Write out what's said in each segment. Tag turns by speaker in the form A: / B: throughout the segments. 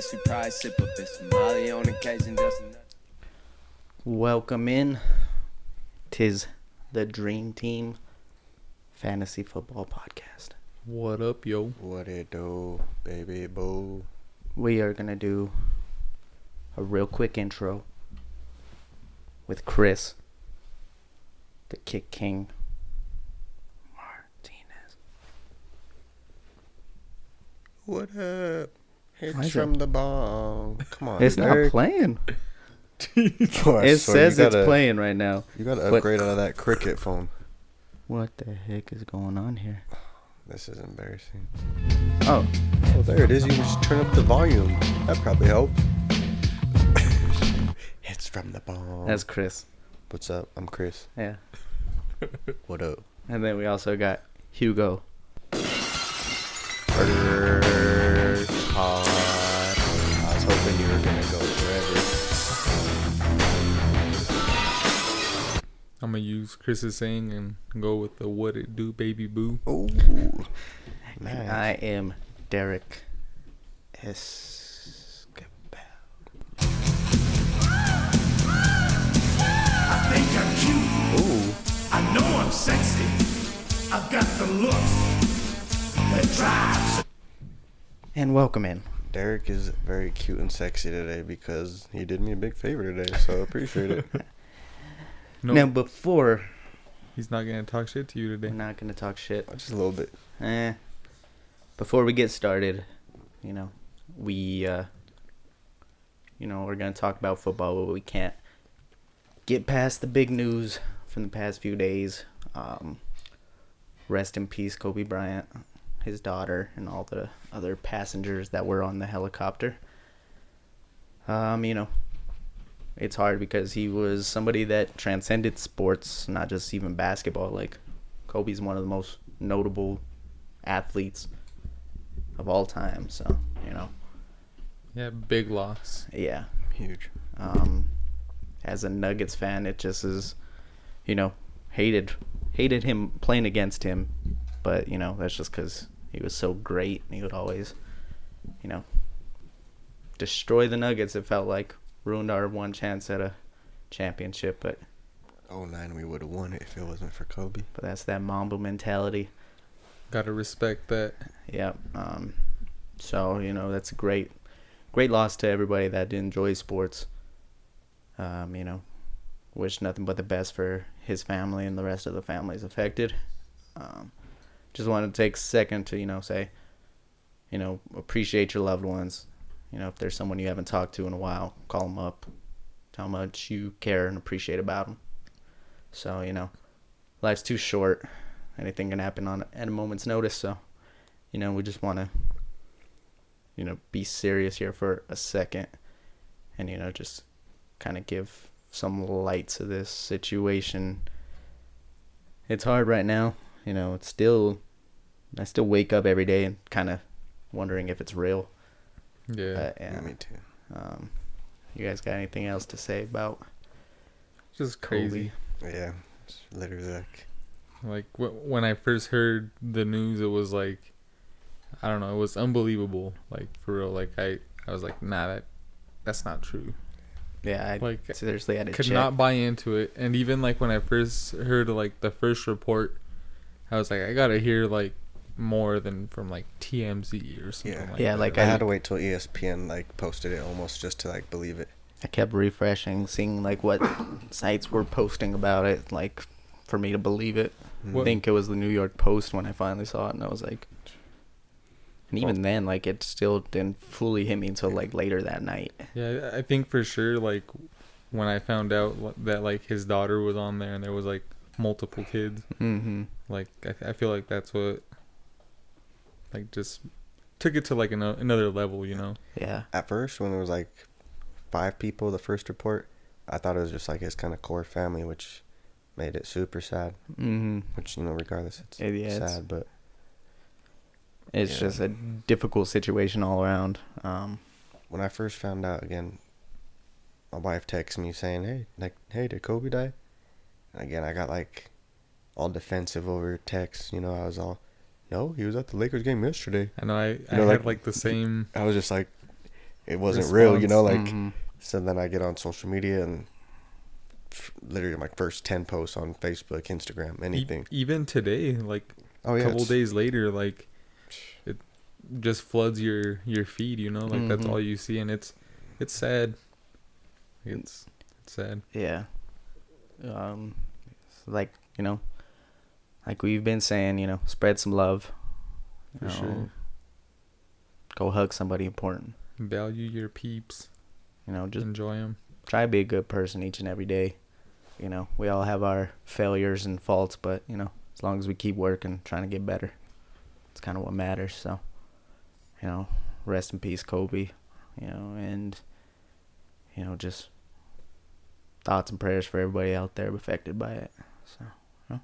A: surprise, sip a bit Somali on occasion, doesn't
B: Welcome in. Tis the Dream Team Fantasy Football Podcast.
C: What up, yo?
D: What it do, baby boo?
B: We are going to do a real quick intro with Chris, the Kick King, Martinez.
D: What up?
B: Why
D: Hits
B: is it-
D: from the ball. Come on,
B: It's not
D: nerd.
B: playing.
D: Boy, I
B: It
D: swear, you
B: says it's
D: gotta-
B: playing right now.
D: You gotta
B: but-
D: upgrade out of that cricket phone.
B: What the heck is going on here?
D: This is embarrassing.
B: Oh,
D: Oh, there it is. You can just turn up the volume. That probably helped. Hits from the ball.
B: that's Chris.
D: What's up? I'm Chris.
B: Yeah.
D: What up?
B: And then we also got Hugo.
D: Murder pod. I was hoping you were gonna go forever.
C: I'm gonna use Chris's saying and go with the "What it do, baby boo."
D: Ooh.
B: And
D: Nice.
B: I am Derek Escabel.
E: I think I'm cute.
D: Ooh.
E: I know I'm sexy. I've got the looks that drives.
B: And welcome in.
D: Derek is very cute and sexy today because he did me a big favor today, so I appreciate it.
C: No,
B: Now, before
C: he's not gonna talk shit to you
B: we're
C: today.
B: not gonna talk shit.
D: Just a little bit.
B: Eh. Before we get started, you know, we, uh, you know, we're gonna talk about football, but we can't get past the big news from the past few days. Um, rest in peace, Kobe Bryant, his daughter, and all the other passengers that were on the helicopter. Um, you know, it's hard because he was somebody that transcended sports, not just even basketball. Like, Kobe's one of the most notable athletes of all time. So, you know,
C: Yeah, big loss.
B: yeah.
D: Huge.
B: Um, as a Nuggets fan, it just is, you know, hated, hated him playing against him, but you know that's just because he was so great. And he would always, you know, destroy the Nuggets. It felt like ruined our one chance at a championship, but
D: Oh nine, we would have won it if it wasn't for Kobe.
B: but that's that Mamba mentality.
C: Gotta respect that.
B: Yep. Um, so you know that's a great, great loss to everybody that enjoys sports. Um, you know, wish nothing but the best for his family and the rest of the families affected. Um, just wanted to take a second to you know say, you know, appreciate your loved ones. You know, if there's someone you haven't talked to in a while, call them up, tell them how much you care and appreciate about them. So you know, life's too short. Anything can happen on at a moment's notice. So you know, we just want to, you know, be serious here for a second and, you know, just kind of give some light to this situation. It's hard right now. You know, it's still, I still wake up every day and kind of wondering if it's real.
C: Yeah,
B: But, yeah.
D: Me too.
B: Um, you guys got anything else to say about
C: just
B: Kobe?
C: crazy.
D: Yeah. It's literally like
C: Like wh- when I first heard the news, it was like, I don't know, it was unbelievable. Like for real. Like I, I was like, nah, that, that's not true.
B: Yeah, I
C: Like,
B: seriously had to
C: could
B: check.
C: not buy into it and even like when i first heard like the first report i was like i gotta hear like more than from like tmz or something
D: Yeah.
C: like
B: yeah,
C: that.
B: like
D: I
B: I,
D: had to wait till E ESPN like posted it almost just to like believe it.
B: I kept refreshing, seeing like what sites were posting about it, like for me to believe it. I
C: What-
B: think it was the New York Post when I finally saw it, and I was like, and even then, like it still didn't fully hit me until like later that night.
C: yeah i think for sure like when i found out li- that like his daughter was on there and there was like multiple kids
B: Mm-hmm.
C: like i, I feel like that's what like just took it to like ano- another level you know
B: Yeah,
D: At first when there was like five people the first report, I thought it was just like his kind of core family, which made it super sad.
B: mm-hmm.
D: Which, you know, regardless it's
B: Yeah, yeah, it's-
D: sad, but
B: it's
D: Yeah.
B: just a difficult situation all around. Um,
D: when I first found out again, my wife texted me saying, "Hey, like, hey, did Kobe die?" And again, I got like all defensive over texts. You know, I was all, "No, he was at the Lakers game yesterday."
C: i know i, I
D: know,
C: had
D: like-
C: like the same
D: I was just like, it wasn't real, you
C: Response.
D: know, like
B: Mhm.
D: so then I get on social media and f- literally my first 10 posts on Facebook, Instagram,
C: E-
D: anything.
C: even today, like
D: Oh
C: a
D: yeah.
C: couple
D: it's-
C: days later, like it just floods your your feed. You know, like that's
D: Mm-hmm.
B: Mhm.
C: all you see, and it's it's sad. It's it's sad.
B: Yeah. Um, so like you know, like we've been saying, you know, spread some love. you
C: For
B: know,
C: sure.
B: Go hug somebody important.
C: Value your peeps.
B: You know,
C: Just
B: just
C: enjoy them.
B: try to be a good person each and every day. You know, we all have our failures and faults, but you know, as long as we keep working, trying to get better, it's kind of what matters. So, you know, rest in peace, Kobe. You know, and you know, just thoughts and prayers for everybody out there affected by it. So, you know,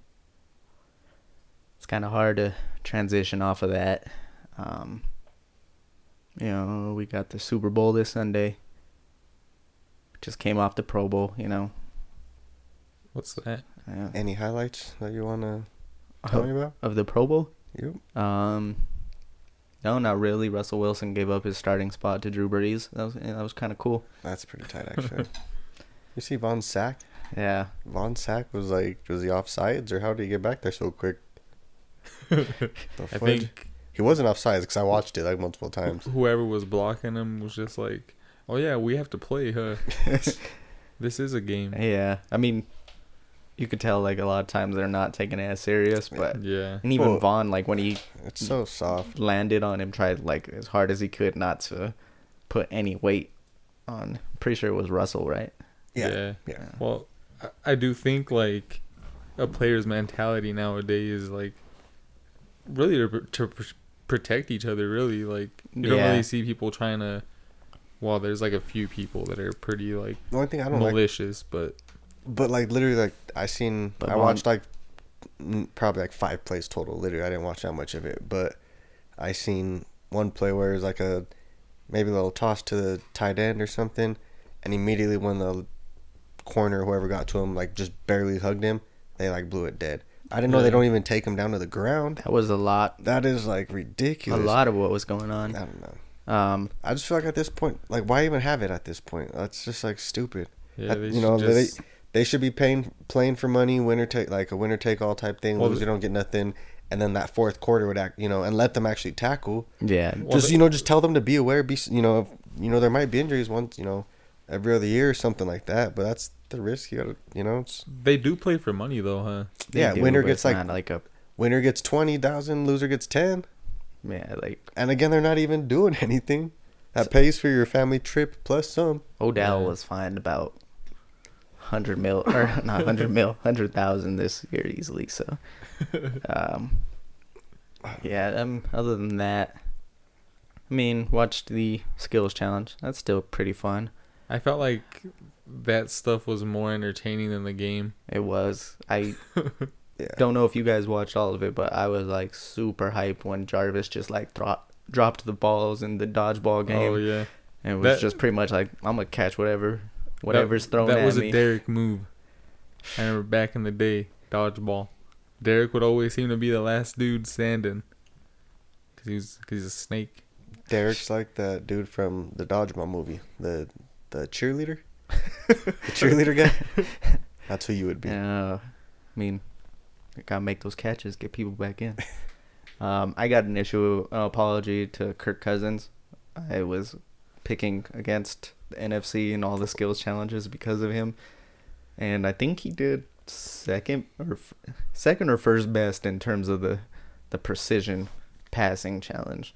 B: it's kind of hard to transition off of that. Um, you know, we got the Super Bowl this Sunday. Just came off the Pro Bowl, you know.
C: What's that?
B: Yeah.
D: Any highlights that you want to tell me
B: Of,
D: about?
B: of the Pro Bowl?
D: You?
B: Um, no, not really. Russell Wilson gave up his starting spot to Drew Brees. That was that was kind of cool.
D: That's pretty tight actually. you see Von Sack?
B: Yeah,
D: Von Sack was like was he offsides or how did he get back there so quick? The
C: I
D: fudge?
C: think
D: he wasn't offsides because I watched it like multiple
C: wh-
D: times.
C: whoever was blocking him was just like, "Oh yeah, we have to play, huh? this is a game."
B: yeah. I mean, you could tell like a lot of times they're not taking it as serious, but
C: Yeah.
B: and even
D: Well-
B: Vaughn, like when he
D: It's so soft.
B: landed on him, tried like as hard as he could not to put any weight on. Pretty sure it was Russell, right?
D: Yeah.
C: yeah.
D: yeah.
C: Well, I, I do think like a player's mentality nowadays is like really to, pr- to pr- protect each other. Really, like you don't
B: Yeah.
C: really see people trying to. Well, there's like a few people that are pretty like
D: The only thing I don't like
C: malicious, but
D: But like literally, like I seen,
B: But
D: I
B: Von-
D: watched like mm, probably like five plays total. Literally, I didn't watch that much of it, but I seen one play where it was like a maybe a little toss to the tight end or something, and immediately when the corner whoever got to him like just barely hugged him, they like blew it dead. I didn't know
C: Yeah.
D: they don't even take him down to the ground.
B: That was a lot,
D: That is like
B: a
D: ridiculous.
B: lot of what was going
D: I
B: on.
D: don't know.
B: Um,
D: I just feel like at this point, like why even have it at this point? That's just like stupid.
C: yeah,
D: I-
C: they
D: you know,
C: should
D: they
C: just-
D: they should be paying playing for money, winner take like a winner take all type thing.
C: Well,
D: lose,
C: the-
D: you don't get nothing, and then that fourth quarter would act, you know, and let them actually tackle.
B: yeah,
C: Well,
D: just
C: the-
D: you know, just tell them to be aware. Be s- you know, if, you know there might be injuries once, you know, every other year or something like that. But that's the risk. You gotta, you know, it's,
C: they do play for money though, huh?
B: they
D: yeah. winner
B: but
D: gets
B: it's
D: like
B: not like a
D: winner gets twenty thousand, loser gets ten,
B: yeah like
D: and again they're not even doing anything. That pays for your family trip plus some.
B: Odell
C: Yeah.
B: was fined about hundred mil or not hundred mil, hundred thousand this year easily. So, um, yeah. Um, other than that, I mean, watched the skills challenge. That's still pretty fun.
C: I felt like that stuff was more entertaining than the game.
B: It was. I
D: Yeah.
B: don't know if you guys watched all of it, but I was like super hyped when Jarvis just like thro- dropped the balls in the dodgeball game.
C: Oh yeah,
B: And it was
C: That-
B: just pretty much like I'm gonna catch whatever, whatever's
C: that,
B: thrown
C: That
B: at
C: was
B: me.
C: a Derek move. I remember back in the day, dodgeball. Derek would always seem to be the last dude standing, cause he's cause he's a snake.
D: Derek's like the dude from the dodgeball movie, the the cheerleader, the cheerleader guy. That's who you would be.
B: Yeah, I mean, you gotta make those catches, get people back in. um, I got an issue, an apology to Kirk Cousins. I was picking against the NFC and all the skills challenges because of him, and I think he did second or f- second or first best in terms of the the precision passing challenge.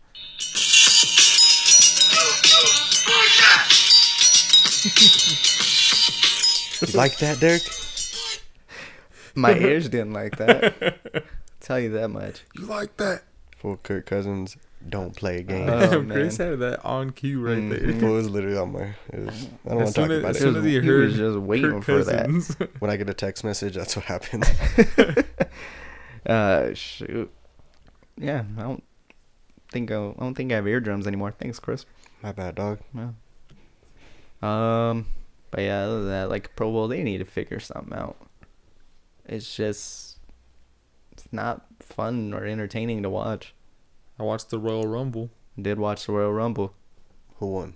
D: You like that, Derek?
B: My ears didn't like that. Tell you that much.
C: You like that?
D: Full Kirk Cousins don't play games.
B: Uh, Oh,
C: Chris
B: man. Mm-hmm.
C: had that on cue right
D: it
C: there.
D: was literally on my. It was, I don't want
C: As
D: to
C: soon
D: talk
C: as,
D: about
C: as
D: it.
C: soon as he
B: He was
C: heard,
B: just waiting
C: Kirk
B: for that.
C: Cousins.
D: When I get a text message, that's what happens.
B: Uh, shoot. Yeah, I don't think I, I don't think I have eardrums anymore. Thanks, Chris.
D: my bad, dog.
B: Yeah. Um, but yeah, other than that, like Pro Bowl, they need to figure something out. It's just it's not fun or entertaining to watch.
C: I watched the Royal Rumble.
B: Did watch the Royal Rumble.
D: Who won?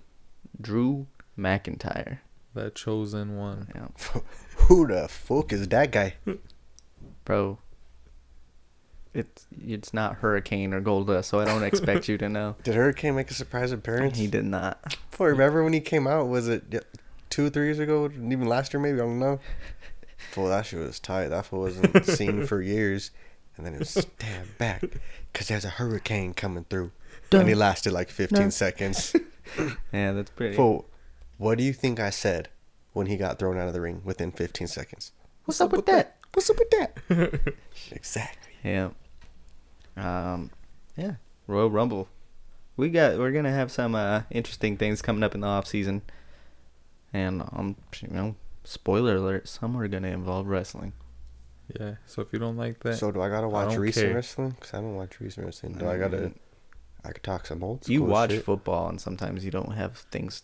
B: Drew McIntyre.
C: The chosen one.
B: Yeah,
D: Who the fuck is that guy?
B: bro. It's it's not Hurricane or Golda, so I don't expect you to know.
D: Did Hurricane make a surprise appearance?
B: He did not.
D: Boy, remember when he came out? Was it y- two, three years ago? Even last year, maybe I don't know. Fool, that shit was tight. That fool wasn't seen for years, and then it was stabbed back because there's a hurricane coming through, and he lasted like 15 seconds.
B: Yeah, that's pretty.
D: Fool, what do you think I said when he got thrown out of the ring within 15 seconds?
B: What's up with that?
D: What's up with that? exactly.
B: Yeah. Um, yeah. Royal Rumble. We got. We're gonna have some uh, interesting things coming up in the off season, and um, you know, spoiler alert: some are gonna involve wrestling.
C: Yeah. So if you don't like that,
D: So do I gotta watch
C: don't
D: recent
C: care.
D: wrestling? Because I don't watch recent wrestling. Do I gotta? I could talk some old.
B: you
D: school
B: watch
D: shit.
B: football, and sometimes you don't have things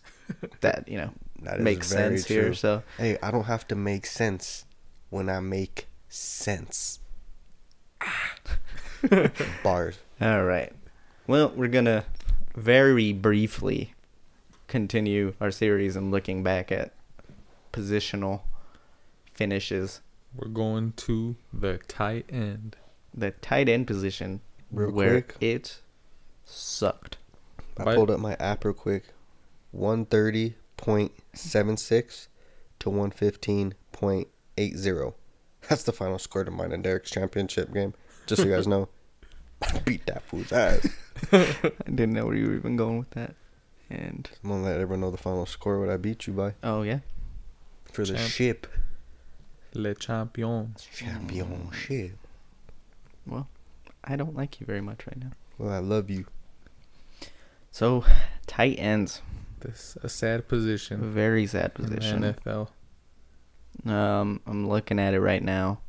B: that you know
D: That is
B: make
D: very
B: sense here.
D: true.
B: So
D: Hey, I don't have to make sense when I make sense. Ah. Bars.
B: All right. Well, we're going to very briefly continue our series and looking back at positional finishes.
C: we're going to the tight end.
B: The tight end position
D: Real
B: where
D: quick.
B: it sucked.
D: I
C: Bite.
D: pulled up my app real quick. 130.76 to 115.80. That's the final score to mine and Derek's championship game. Just so you guys know. I beat that fool's ass.
B: I didn't know where you were even going with that. And
D: I'm gonna let everyone know the final score what I beat you by.
B: oh yeah,
D: For the
C: Champ.
D: ship.
C: Le champion.
D: Championship.
B: I don't like you very much right now.
D: Well, I love you.
B: So, tight ends,
C: This a sad position.
B: very sad
C: Position.
B: Mm, position.
C: NFL.
B: Um, I'm looking at it right now,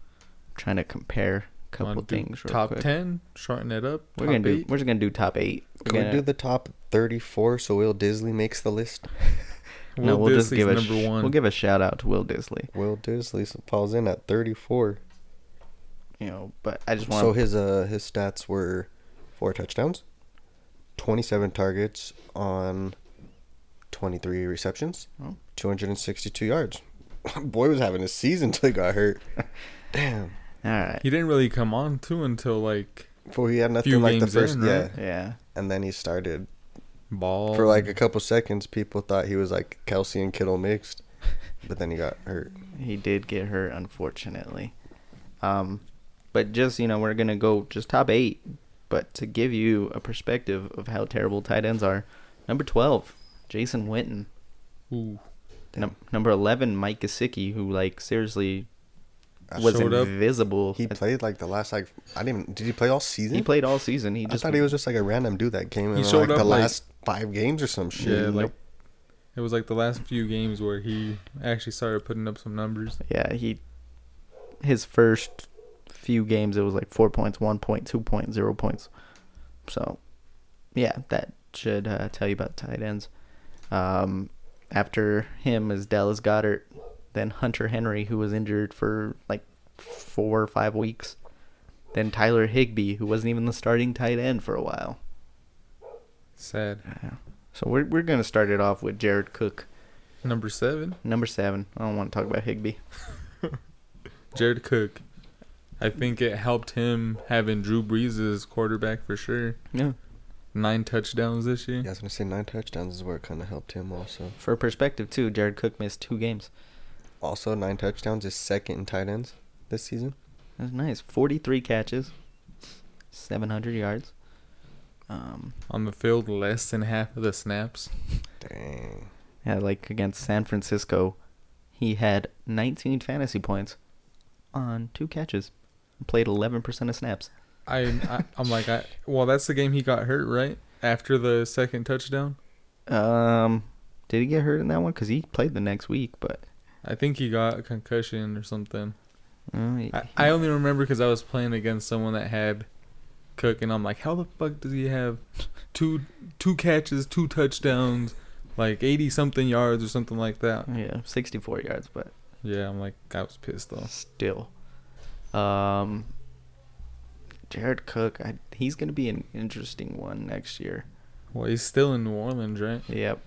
B: trying to compare a couple
C: Wanna do
B: things. Real
C: top
B: quick.
C: ten. Shorten it up.
B: We're
C: top
B: gonna do.
C: eight.
B: We're just gonna do top eight. We're
D: Can we
B: gonna-
D: do the top 34 so Will Disley makes the list?
B: no,
C: Will
B: we'll just
C: Disley's
B: give a
C: number
B: sh-
C: one.
B: we'll give a shout out to Will Disley.
D: Will Disley falls in at 34.
B: You know, but I just want
D: So his uh his stats were four touchdowns, 27 targets on 23 receptions,
B: Oh.
D: 262 yards. Boy was having a season till he got hurt. Damn.
B: all right.
C: he didn't really come on too until like
D: For he had nothing
C: Few
D: like the
C: games
D: first
C: in, right?
D: yeah,
B: Yeah,
D: and then he started
C: ball
D: for like a couple seconds. People thought he was like Kelsey and Kittle mixed, but then he got hurt.
B: he did get hurt, unfortunately. Um, but just you know, we're gonna go just top eight. But to give you a perspective of how terrible tight ends are, number twelve, Jason Witten.
C: Ooh,
B: Num- number eleven, Mike Gesicki, who like seriously was
C: showed up.
B: invisible.
D: He played like the last like I didn't. even- Did he play all season?
B: He played all season. He
D: I
B: just
D: thought he was just like a random dude that came in
C: He
D: on,
C: showed
D: like the
C: up, like-
D: last five games or some shit.
C: yeah, like
D: Nope.
C: it was like the last few games where he actually started putting up some numbers.
B: yeah he his first few games it was like four points one point two point zero points so yeah that should uh, tell you about tight ends um, after him is dallas goddard then hunter henry who was injured for like four or five weeks then tyler higbee who wasn't even the starting tight end for a while
C: Sad.
B: so we're, we're going to start it off with jared cook
C: Number seven,
B: number seven i don't want to talk about higbee
C: Jared Cook. I think it helped him having Drew Brees as quarterback for sure.
B: yeah
C: Nine touchdowns this year.
B: Mm-hmm.
D: Yeah, I was gonna say nine touchdowns is where it kind of helped him. Also,
B: for perspective too jared cook missed two games
D: also nine touchdowns is second in tight ends this season.
B: That's nice. Forty-three catches, seven hundred yards. Um,
C: On the field, less than half of the snaps.
D: Dang.
B: yeah, like against San Francisco, he had nineteen fantasy points on two catches. Played eleven percent of snaps.
C: I, I I'm like I well that's the game he got hurt right after the second touchdown.
B: Um, did he get hurt in that one? Cause he played the next week, but
C: I think he got a concussion or something.
B: uh, he-
C: I, I only remember because I was playing against someone that had Cook, and I'm like, how the fuck does he have two two catches, two touchdowns, like eighty something yards or something like that?
B: yeah, sixty-four yards, but
C: Yeah, I'm like, I was pissed off.
B: still. Um, Jared Cook, I, he's gonna be an interesting one next year.
C: Well, he's still in New Orleans, right?
B: Yep.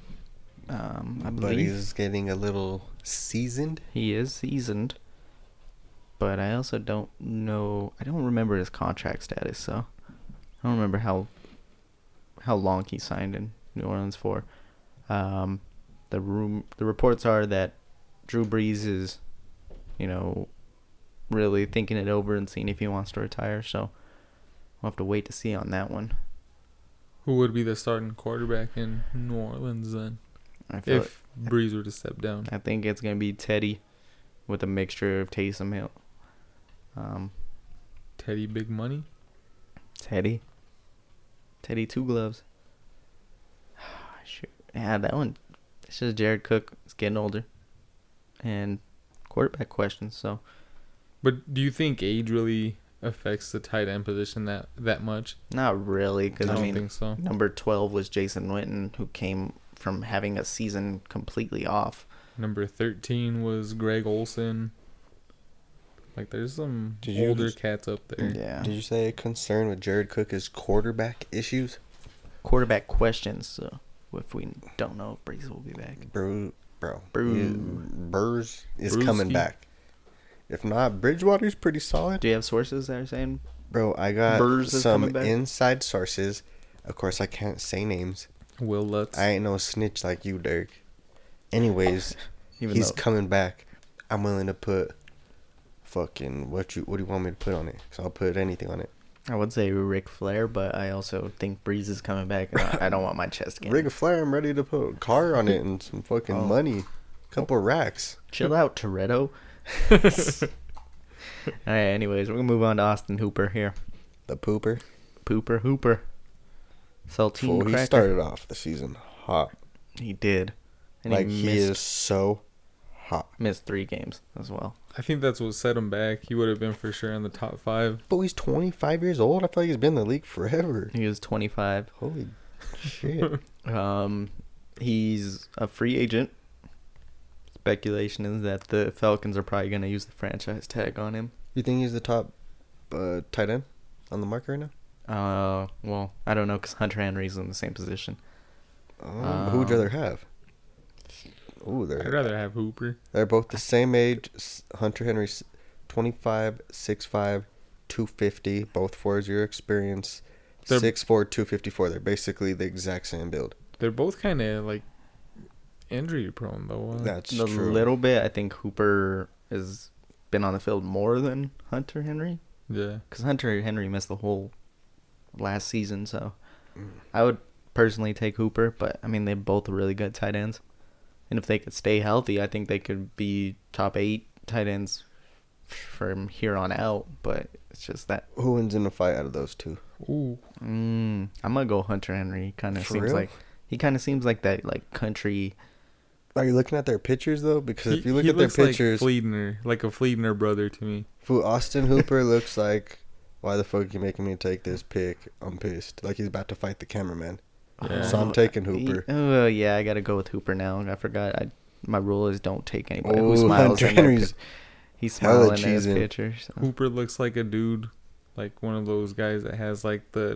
B: Um, I
D: But
B: believe
D: he's getting a little seasoned.
B: he is seasoned, but I also don't know. I don't remember his contract status, so I don't remember how how long he signed in New Orleans for. Um, the room, the reports are that Drew Brees is, you know, really thinking it over and seeing if he wants to retire. So we'll have to wait to see on that one.
C: Who would be the starting quarterback in New Orleans then?
B: I feel
C: If Breeze were to step down.
B: I think it's gonna be Teddy with a mixture of Taysom Hill. Um,
C: Teddy Big Money?
B: Teddy. Teddy two gloves. Ah, Shoot. Yeah, that one. It's just Jared Cook. It's getting older. And quarterback questions. So
C: But do you think age really affects the tight end position that, that much?
B: not really, because
C: I
B: I
C: don't
B: mean,
C: think so.
B: number twelve was Jason Witten, who came from having a season completely off.
C: Number 13 was Greg Olson. Like, there's some
D: Did you
C: older
D: just-
C: cats up there.
B: Yeah.
D: Did you say a concern with Jared Cook is quarterback issues?
B: Quarterback questions. So if we don't know if Breeze will be back,
D: Bro, bro,
B: Brew.
D: he- Burrs is
C: Brewski.
D: coming back. If not, Bridgewater's pretty solid.
B: do you have sources that are saying
D: Bro, I got
B: Burrs is
D: some
B: coming back?
D: inside sources. Of course, I can't say names.
C: Will Lutz.
D: I ain't no snitch like you, Dirk. Anyways,
B: Even
D: he's
B: though-
D: coming back. I'm willing to put fucking what you what do you want me to put on it? Cause I'll put anything on it.
B: I would say Ric Flair, but I also think Breeze is coming back. and I I don't want my chest game.
D: Rig of Flair, I'm ready to put a car on it and some fucking
B: Oh.
D: money, couple racks.
B: Chill out, Toretto. All right, anyways, we're going to move on to Austin Hooper here.
D: The pooper.
B: Pooper Hooper. Saltine
D: Fool,
B: cracker.
D: he
B: He,
D: started off the season hot.
B: did. And
D: like
B: he
D: he,
B: missed,
D: is so hot.
B: missed three games as well.
C: I think that's what set him back. He would have been for sure in the top five.
D: But he's 25 years old. I feel like he's been in the league forever.
B: He was 25.
D: Holy shit.
B: Um, he's a free agent. Speculation is that the Falcons are probably going to use the franchise tag on him.
D: You think he's the top uh, tight end on the market right now?
B: Uh, well, I don't know because Hunter Henry's in the same position.
D: Um, who would you
B: Um,
D: rather have? Ooh,
C: I'd
D: they're
C: rather have Hooper.
D: they're both the same age. S- Hunter Henry's 25, 6'5", 250, both four year experience.
C: They're-
D: 6'4", 254. They're basically the exact same build.
C: They're both kind of like injury prone though. uh,
D: That's
B: a
D: true.
B: little bit. I think Hooper has been on the field more than Hunter Henry
C: yeah.
B: because Hunter Henry missed the whole last season. So
D: Mm.
B: I would personally take Hooper, but I mean they're both really good tight ends, and if they could stay healthy, I think they could be top eight tight ends from here on out. But it's just that
D: Who wins in a fight out of those two?
C: Ooh.
B: mm, I'm gonna go Hunter Henry. Kind of
D: For
B: seems
D: real?
B: like he kind of seems like that like country.
D: Are you looking at their pictures though? Because if
C: He-
D: you look
C: he
D: at their
C: looks like
D: pictures,
C: Fleedner, like a Fleedner brother to me.
D: Fool, Austin Hooper looks like, why the fuck you making me take this pic? I'm pissed. Like he's about to fight the cameraman.
C: Yeah.
D: So I'm taking Hooper.
B: uh, Oh yeah, I gotta go with Hooper now. I forgot. I my rule is don't take anybody
D: Ooh,
B: who smiles.
D: Hunter
B: in their
D: Henry's
B: pic- He's
D: hella
B: smiling in his
D: cheesing.
B: pictures.
C: Hooper looks like a dude, like one of those guys that has like the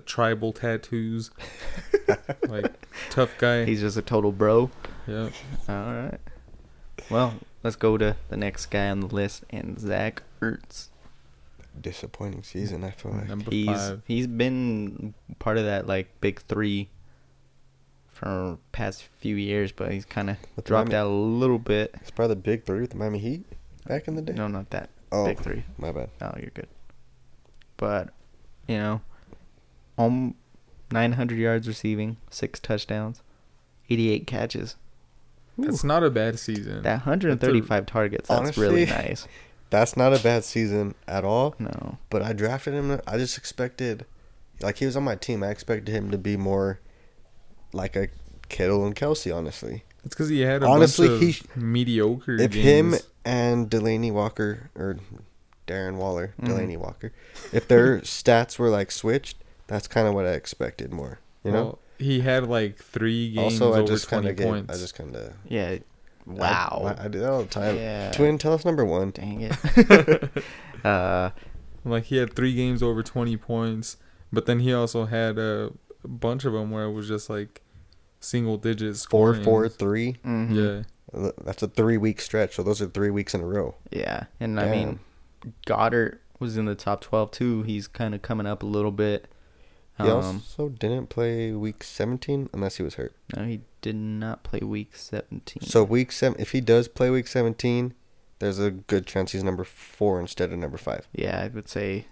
C: tribal tattoos, like tough guy.
B: He's just a total bro.
C: yeah.
B: All right. Well, let's go to the next guy on the list, and Zach Ertz.
D: Disappointing season, I feel like.
C: Number
B: He's
C: five.
B: he's been part of that like big three for past few years, but he's kind of
D: With the
B: dropped
D: Miami-
B: out a little bit.
D: It's probably the big three with the Miami Heat back in the day.
B: No, not that
D: Oh.
B: big three.
D: My bad.
B: Oh, you're good. But, you know, um, 900 yards receiving, six touchdowns, 88 catches.
C: That's not a bad season.
B: That 135 targets, that's really
D: Honestly-
B: nice.
D: That's not a bad season at all.
B: No.
D: But I drafted him. I just expected, like he was on my team. I expected him to be more, like a Kittle and Kelsey. Honestly,
C: It's because he had a
D: Honestly,
C: bunch of
D: he sh-
C: mediocre
D: if him
C: games.
D: and Delaney Walker or Darren Waller, Delaney Walker, if their stats were like switched, that's kind of what I expected more. You know.
C: Well, he had like three games
D: also, I
C: over
D: just kind
C: twenty
D: of gave. I
C: points.
D: just kind of.
B: Yeah. Wow.
D: I, I do that all the time.
B: Yeah.
D: Twin, tell us number one.
B: Dang it. uh,
C: Like he had three games over twenty points, but then he also had a bunch of them where it was just like single digits.
D: Four,
C: scoring.
D: four, three.
B: Mm-hmm.
C: Yeah.
D: That's a three week stretch. So those are three weeks in a row.
B: Yeah, and I mean,
D: Damn.
B: Goddard was in the top twelve too. He's kind of coming up a little bit.
D: He
B: Um,
D: also didn't play week 17 unless he was hurt.
B: no, he did not play week seventeen.
D: So week seven, if he does play week 17, there's a good chance he's number four instead of number five.
B: yeah, I would say.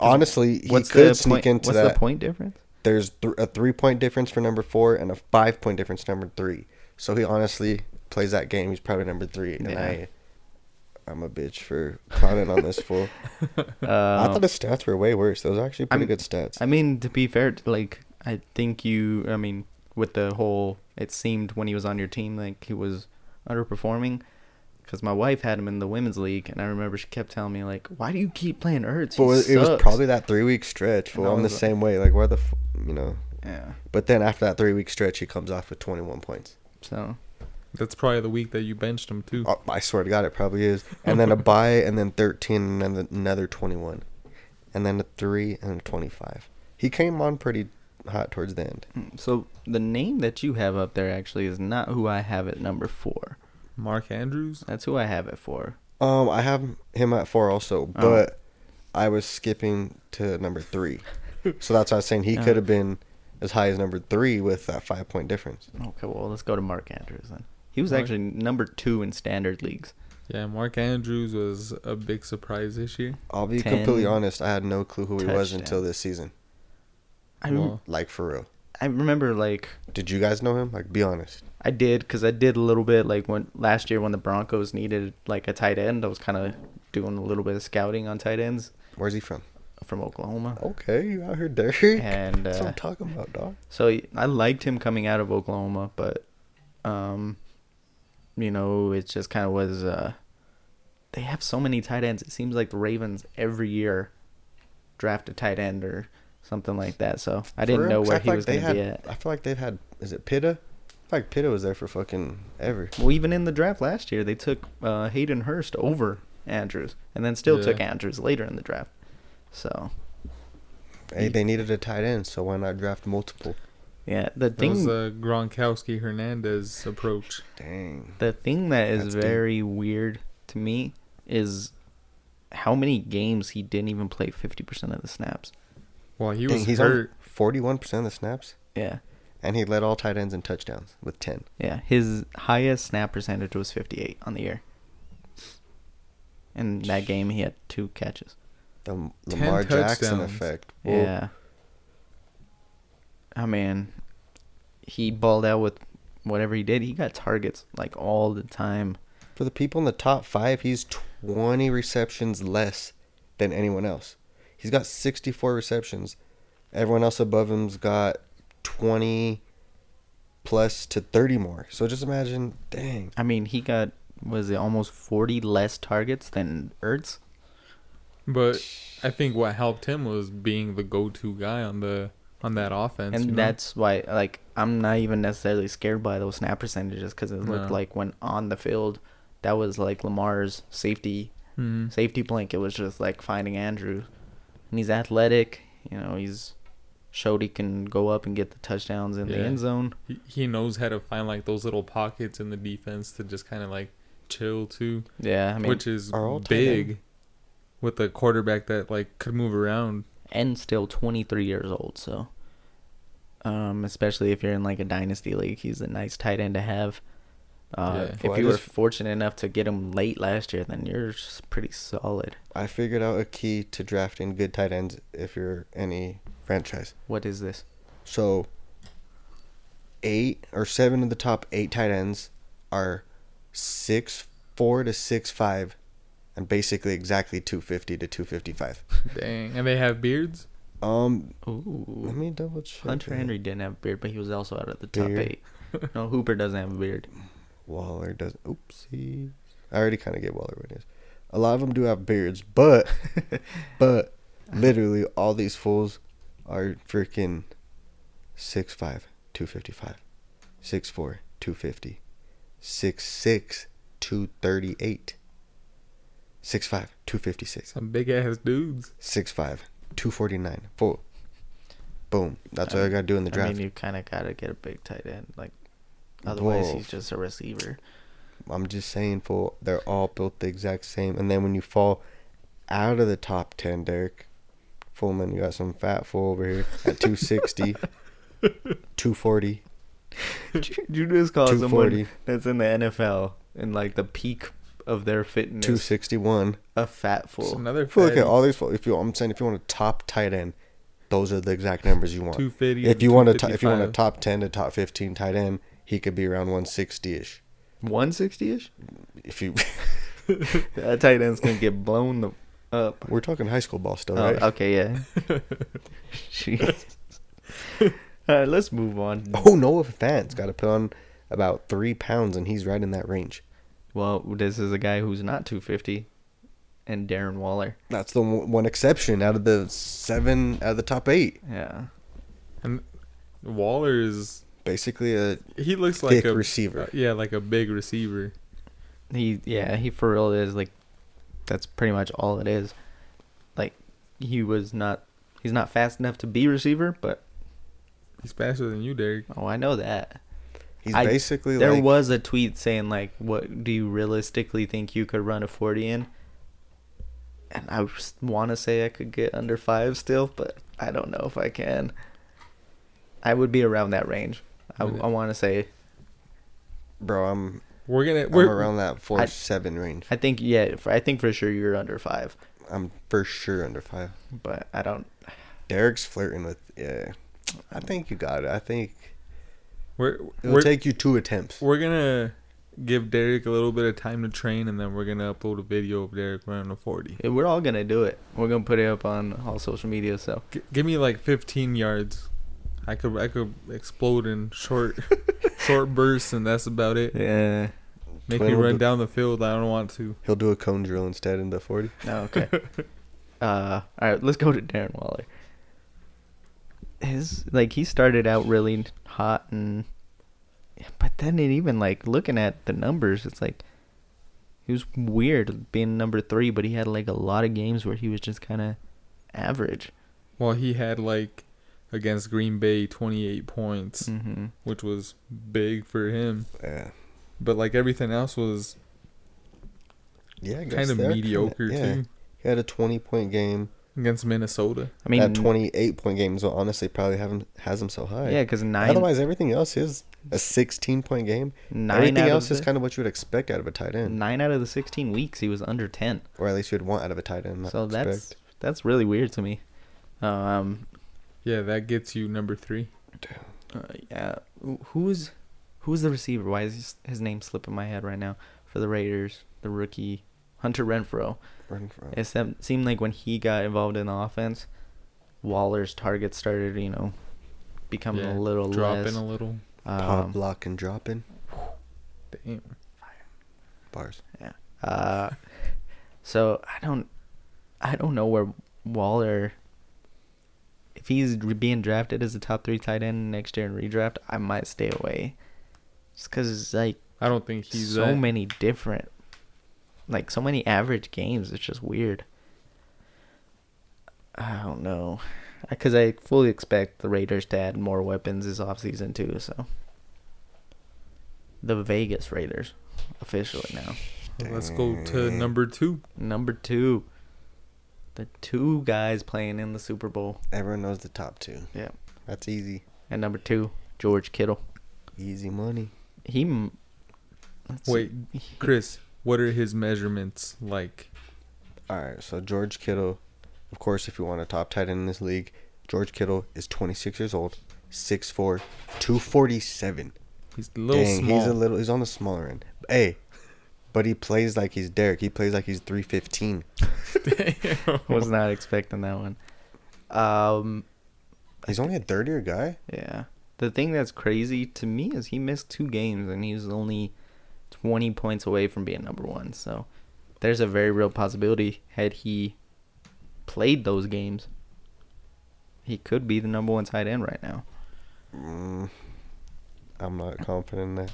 D: Honestly, he
B: What's
D: could
B: the
D: sneak
B: point,
D: into
B: What's
D: that.
B: the point difference?
D: There's th- a three point difference for number four and a five point difference for number three. So he honestly plays that game. He's probably number three, and
B: Yeah.
D: I, I'm a bitch for clowning on this fool. I
B: Uh,
D: thought his stats were way worse. Those are actually pretty
B: I'm-
D: good stats.
B: I mean, to be fair, t- like I think you. I mean, with the whole, it seemed when he was on your team like he was underperforming. Because my wife had him in the women's league, and I remember she kept telling me like, "Why do you keep playing Ertz?" He
D: but it was
B: sucks."
D: probably that three week stretch.
B: And
D: Well,
B: I
D: I'm the
B: was like-
D: same way. Like where the, f- you know.
B: yeah.
D: But then after that three week stretch, he comes off with 21 points.
B: So
C: That's probably the week that you benched him too.
D: Oh, I swear to God, it probably is. And then a buy, and then 13, and then another 21. And then a 3, and a 25. He came on pretty hot towards the end.
B: So the name that you have up there actually is not who I have at number four.
C: Mark Andrews.
B: That's who I have it for.
D: Um, I have him at 4 also, but I was skipping to number 3. so that's why I was saying he
B: Oh.
D: could have been as high as number 3 with that 5 point difference.
B: Okay, well let's go to Mark Andrews then. He was
C: Mark-
B: actually number two in standard leagues.
C: Yeah, Mark Andrews was a big surprise this year.
D: I'll be
B: 10
D: completely honest, I had no clue who he was until
B: touchdowns.
D: this season.
B: I
C: Wow.
D: Like, for real.
B: I remember like
D: Did you guys know him? Like, be honest.
B: I did because I did a little bit like when last year when the Broncos needed like a tight end, I was kind of doing a little bit of scouting on tight ends
D: Where's he from?
B: from Oklahoma.
D: Okay, you out here, Derek.
B: And,
D: That's what
B: uh,
D: I'm talking about, dog.
B: So I liked him coming out of Oklahoma, but um, you know, it just kind of was. Uh, they have so many tight ends. It seems like the Ravens every year draft a tight end or something like that. So I
D: For
B: didn't
D: real,
B: know
D: 'cause
B: where
D: I
B: he
D: feel
B: was
D: like
B: going to
D: they
B: be
D: had-
B: at.
D: I feel like they've had. Is it Pitta? I feel like Pitta was there for fucking ever.
B: Well, even in the draft last year, they took uh, Hayden Hurst over Andrews, and then still took
C: Yeah.
B: Andrews later in the draft. So
D: Hey, they needed a tight end, so why not draft multiple?
B: yeah, the
C: That was
B: thing
C: a Gronkowski Hernandez approach.
D: Dang.
B: The thing that is
D: That's deep.
B: very weird to me is how many games he didn't even play 50% of the snaps.
C: Well, he
D: Dang,
C: was
D: he's
C: hurt.
D: on forty-one percent of the snaps,
B: Yeah.
D: and he led all tight ends in touchdowns with ten.
B: Yeah. His highest snap percentage was 58 on the year. And that game, he had two catches.
D: The Lamar
C: 10
D: Jackson
C: touchdowns.
D: effect. Well,
B: yeah. I mean, he balled out with whatever he did. He got targets like all the time.
D: For the people in the top five, he's twenty receptions less than anyone else. He's got sixty-four receptions. Everyone else above him's got twenty plus to thirty more. So just imagine, dang.
B: I mean, he got, was it almost 40 less targets than Ertz?
C: But I think what helped him was being the go-to guy on the on that offense. you
B: and
C: know?
B: that's why like i'm not even necessarily scared by those snap percentages because it looked
C: No.
B: like when on the field that was like lamar's safety
C: Mhm.
B: safety blanket was just like finding andrew and he's athletic you know he's showed he can go up and get the touchdowns in the
C: Yeah.
B: end zone
C: He, he knows how to find like those little pockets in the defense to just kind of like chill to,
B: yeah i mean
C: which is
D: Are all tight
C: big
D: end-
C: with a quarterback that like could move around.
B: and still 23 years old so um especially if you're in like a dynasty league he's a nice tight end to have uh,
C: Yeah.
B: if
D: Well, I
B: you were
D: just-
B: fortunate enough to get him late last year, then you're s- pretty solid.
D: I figured out a key to drafting good tight ends if you're any franchise.
B: What is this?
D: So, eight or seven of the top eight tight ends are six four to six five, and basically exactly two fifty to two fifty five.
C: Dang, and they have beards.
D: Um, let
B: Ooh.
D: me double check.
B: Hunter
D: that.
B: Henry didn't have a beard, but he was also out of the top
D: Beard.
B: eight. No, Hooper doesn't have a beard.
D: Waller does. Oopsie. I already kind of get Waller what it is. A lot of them do have beards, but but literally all these fools are freaking 6'5", 255, 6'4", 250, 6'6", 238, 6'5", 256,
C: Some big ass dudes.
D: 6'5", 249. Fool. Boom. That's
B: I
D: what I
B: mean-
D: got to do in the
B: I
D: draft.
B: mean, you kind of gotta get a big tight end. Like, otherwise
D: Whoa.
B: he's just a receiver.
D: I'm just saying, fool. They're all built the exact same. And then when you fall out of the top ten, Derek, Fullman, you got some fat fool over here at 260, 240.
B: you just call someone
D: 240.
B: that's in the NFL and like the peak of their fitness
D: 261.
B: a fat
C: It's
B: fool.
C: another
D: If you look at
C: fatty.
D: all these, fo- if you, I'm saying, if you want a top tight end, those are the exact numbers you want.
C: 250
D: If
C: to
D: you want a, to, if you want a
C: 255.
D: top ten to top fifteen tight end, he could be around 160 ish.
B: One sixty ish.
D: If you,
B: That tight end's gonna get blown the up.
D: we're talking high school ball still,
B: Oh,
D: right?
B: okay, yeah. Jeez. All right, let's move on.
D: Oh, Noah Fant's got to put on about three pounds, and he's right in that range.
B: Well, this is a guy who's not 250, and Darren Waller.
D: That's the one one exception out of the seven out of the top eight.
B: Yeah.
C: Waller is
D: Basically, uh, a
C: he looks
D: Thick
C: like a
D: receiver.
C: uh, yeah, like a big receiver.
B: He yeah, he for real is like that's pretty much all it is. Like he was not he's not fast enough to be receiver, but
C: He's faster than you, Derek.
B: oh, I know that.
D: he's
B: I-
D: basically
B: there
D: like
B: was a tweet saying like what do you realistically think you could run a 40 in? And I want to say I could get under 5 still, but I don't know if I can. I would be around that range. I,
C: Would it-
B: I want to say
D: bro. I'm
C: We're gonna
D: I'm
C: we're
D: around that four seven range.
B: I think yeah, for, I think for sure you're under 5,
D: I'm for sure under five.
B: but I don't
D: Derek's flirting with yeah. I think you got it. I think
C: we're
D: it'll
C: we're,
D: take you two attempts.
C: we're gonna give Derek a little bit of time to train, and then we're gonna upload a video of Derek running a forty.
B: Yeah, eh, We're all gonna do it. We're gonna put it up on all social media. So
C: G- give me like 15 yards. I could I could explode in short short bursts, and that's about it.
B: yeah.
C: Make me
D: Twiddle
C: run
D: the-
C: down the field. I don't want to.
D: He'll do a cone drill instead in the forty.
B: No, okay. uh, all right. Let's go to Darren Waller. His like he started out really hot and, but then it even like looking at the numbers, it's like he was weird being number three, but he had like a lot of games where he was just kind of average.
C: Well, he had like against Green Bay 28 points,
D: Hmm.
B: Mm-hmm.
C: which was big for him.
D: Yeah,
C: But like everything else was
D: yeah. I guess
C: kind of
D: they're
C: mediocre
D: yeah.
C: too
D: He had a twenty point game.
C: against Minnesota.
B: I mean,
D: that twenty eight point game is what honestly probably have him, has him so high.
B: yeah, because nine,
D: Otherwise, everything else is a 16 point game.
B: nine
D: everything
B: out
D: else
B: of
D: is
B: the,
D: kind of what you would expect out of a tight end,
B: nine out of the sixteen weeks he was under ten.
D: or at least you'd want out of a tight end. not
B: So that's
D: expect.
B: that's really weird to me. Um,
C: Yeah, that gets you number three.
B: uh, yeah, Who- who's who's the receiver? Why is his, his name slipping my head right now? For the Raiders, the rookie Hunter Renfro.
D: Run from-
B: It sem- seemed like when he got involved in the offense, Waller's targets started, you know, becoming
C: yeah,
B: a little
C: dropping
B: less.
C: a little.
D: pop,
B: um,
D: block, and dropping
C: Damn.
D: bars.
B: Uh, so I don't, I don't know where Waller. If he's re- being drafted as a top three tight end next year in redraft, I might stay away. Just because like
C: I don't think he's
B: so
C: that.
B: many different, like so many average games. It's just weird. I don't know, because I fully expect the Raiders to add more weapons this offseason too. So the Vegas Raiders, officially now.
C: Let's go to number two.
B: Number two, the two guys playing in the Super Bowl.
D: Everyone knows the top two.
B: Yeah.
D: That's easy.
B: And number two, George Kittle.
D: Easy money.
B: He. m- let's see.
C: Wait, Chris, what are his measurements like?
D: All right, so George Kittle, of course, if you want a top tight end in this league, George Kittle is 26 years old, 6'4", 247.
C: He's a little
D: Dang,
C: small.
D: he's a little. He's on the smaller end. Hey, but he plays like he's Derek. He plays like he's 315.
B: was not expecting that one. Um.
D: He's only a third year guy.
B: Yeah. The thing that's crazy to me is he missed two games and he's only 20 points away from being number one. So there's a very real possibility, had he played those games, he could be the number one tight end right now.
D: Mm, I'm not confident in that.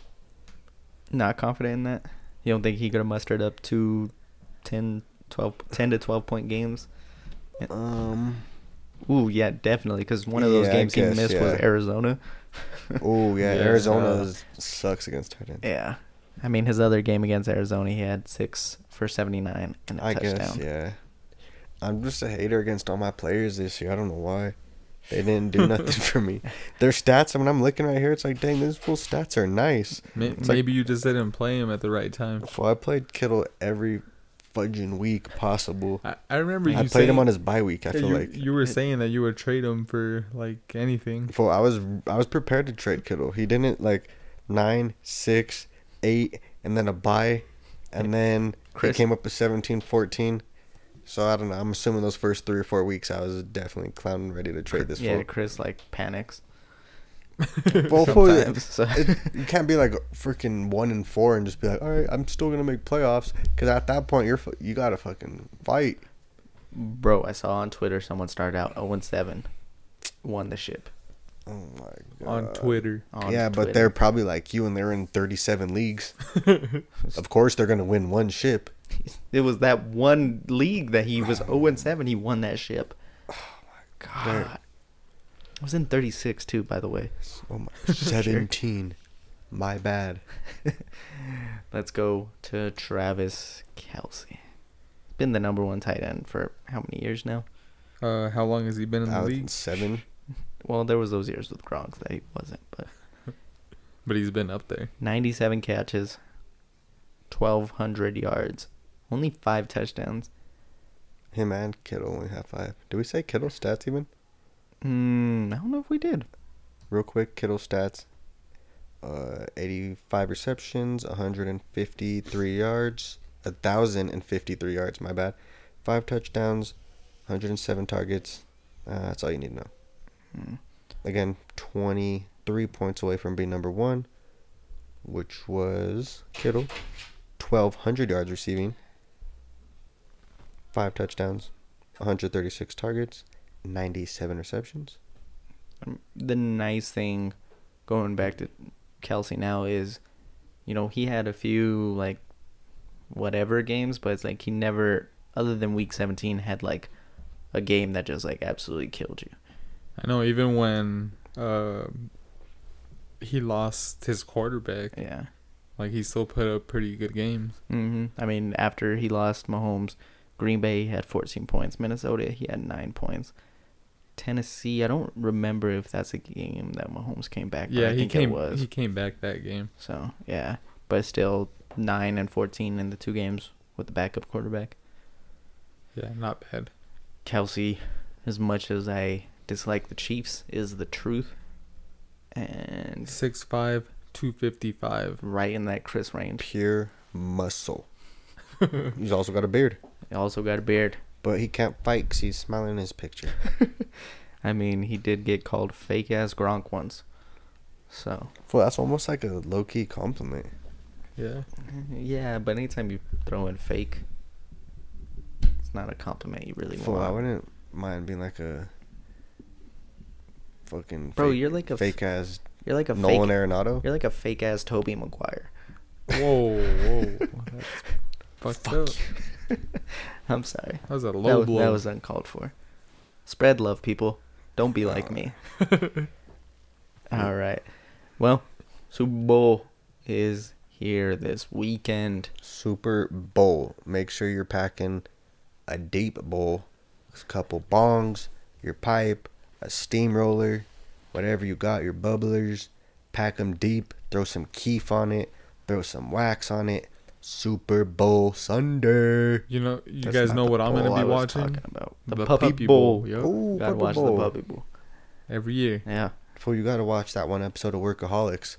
B: Not confident in that? You don't think he could have mustered up two 10, 12, 10 to 12 point games?
D: Um,
B: Ooh, yeah, definitely. Because one of those
D: Yeah, I
B: games
D: guess,
B: he missed was
D: yeah.
B: Arizona.
D: Oh yeah,
C: Yeah,
D: Arizona
C: uh,
D: is- sucks against tight ends.
B: Yeah. I mean, his other game against Arizona, he had six for 79 and a
D: I
B: touchdown.
D: guess yeah. I'm just a hater against all my players this year. I don't know why. They didn't do nothing for me. Their stats. I mean, I'm looking right here. It's like, dang, those full stats are nice.
C: May-
D: It's like-
C: maybe you just didn't play him at the right time.
D: Well, I played Kittle every fudging week possible.
C: I, I remember you
D: I played
C: saying,
D: him on his bye week. I
C: yeah,
D: feel
C: you,
D: like.
C: you were saying that you would trade him for like anything.
D: Well, I was I was prepared to trade Kittle. He didn't like nine, six, eight, and then a bye, and then
B: Chris-
D: he came up with 17, 14. So I don't know. I'm assuming those first three or four weeks, I was definitely clowning ready to trade this
B: yeah,
D: fool.
B: Chris, like, panics.
D: Well, for the-
B: sometimes, so-
D: it, you can't be like freaking one and four and just be like, all right, I'm still gonna make playoffs. Because at that point, you're fu- you gotta fucking fight.
B: Bro, I saw on Twitter someone started out 0 7, won the ship.
D: Oh my god.
C: on Twitter.
B: On
D: yeah,
B: Twitter.
D: but they're probably like you, and they're in 37 leagues. of course, they're gonna win one ship.
B: It was that one league that he was 0 7. He won that ship. Oh, my God. I was in 36, too, by the way.
D: Oh my, 17. My bad.
B: Let's go to Travis Kelsey. Been the number one tight end for how many years now?
C: Uh, how long has he been in the
D: Out in
C: league?
D: seven.
B: Well, there was those years with Gronk that he wasn't, but
C: But he's been up there.
B: 97 catches, 1,200 yards, only five touchdowns.
D: Him and Kittle only have five. Did we say Kittle stats even?
B: Mm, I don't know if we did.
D: Real quick, Kittle stats. Uh, 85 receptions, 153 yards, 1,053 yards, my bad. Five touchdowns, 107 targets. Uh, that's all you need to know. Again, 23 points away from being number one, which was Kittle. 1,200 yards receiving, five touchdowns, 136 targets, 97 receptions.
B: Um, The nice thing going back to Kelsey now is, you know, he had a few, like, whatever games, but it's like he never, other than week 17, had, like, a game that just, like, absolutely killed you.
C: I know even when uh, he lost his quarterback,
B: Yeah.
C: like he still put up pretty good games.
B: hmm I mean, after he lost Mahomes, Green Bay had 14 points. Minnesota, he had nine points. Tennessee, I don't remember if that's a game that Mahomes came back. but
C: yeah,
B: I
C: he
B: think
C: came
B: It was.
C: he came back that game.
B: So yeah, but still nine and 14 in the two games with the backup quarterback.
C: Yeah, not bad.
B: Kelsey, as much as I dislike the Chiefs, is the truth, and
C: Six five, two fifty five.
B: right in that Chris range.
D: pure muscle. he's also got a beard,
B: He also got a beard.
D: but he can't fight 'cause he's smiling in his picture.
B: I mean, he did get called fake ass Gronk once. So
D: Well, that's almost like a low key compliment.
C: Yeah.
B: Yeah, but anytime you throw in fake, it's not a compliment you really
D: Well, I
B: want.
D: wouldn't mind being like a fucking
B: Bro,
D: fake,
B: you're like a f-
D: fake ass
B: You're like a
D: Nolan
B: fake.
D: Arenado.
B: You're like a fake ass Toby Maguire.
C: Whoa, whoa. That's fucked up.
B: I'm sorry.
C: That was a
B: that,
C: low
B: was,
C: blow.
B: that was uncalled for. Spread love, people. Don't be like me. All right. Well, Super Bowl is here this weekend.
D: Super Bowl. Make sure you're packing a deep bowl, a couple bongs, your pipe, a steamroller, whatever you got, your bubblers. Pack them deep. Throw some keef on it. Throw some wax on it. Super Bowl Sunday.
C: you know, you
B: That's
C: guys
B: not
C: know
B: the
C: what I'm gonna
B: bowl I
C: be
B: was
C: watching
B: talking about. The,
C: The
B: Puppy,
C: Puppy
B: Bowl.
C: Bowl, yep.
D: Ooh,
B: Gotta
D: Puppy
B: watch
D: Bowl.
B: the Puppy Bowl.
C: every year.
B: Yeah.
D: Before you got to watch that one episode of Workaholics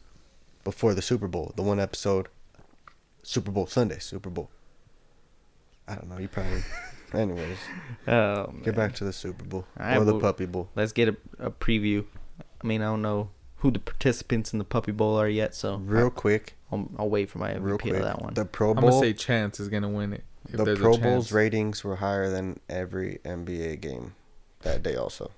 D: before the Super Bowl. The one episode, Super Bowl Sunday, Super Bowl. I don't know. You probably. Anyways,
B: Oh,
D: get
B: man.
D: back to the Super Bowl
B: Alright,
D: or the
B: well-
D: Puppy Bowl.
B: Let's get a, a preview. I mean, I don't know who the participants in the Puppy Bowl are yet, so
D: Real quick,
B: I'll, I'll wait for my
D: real
B: MVP
D: quick.
B: of that one.
D: The Pro
C: I'm gonna
D: Bowl.
C: say Chance is gonna win it. If
D: the
C: there's
D: Pro
C: a chance.
D: Bowl's ratings were higher than every NBA game that day. Also,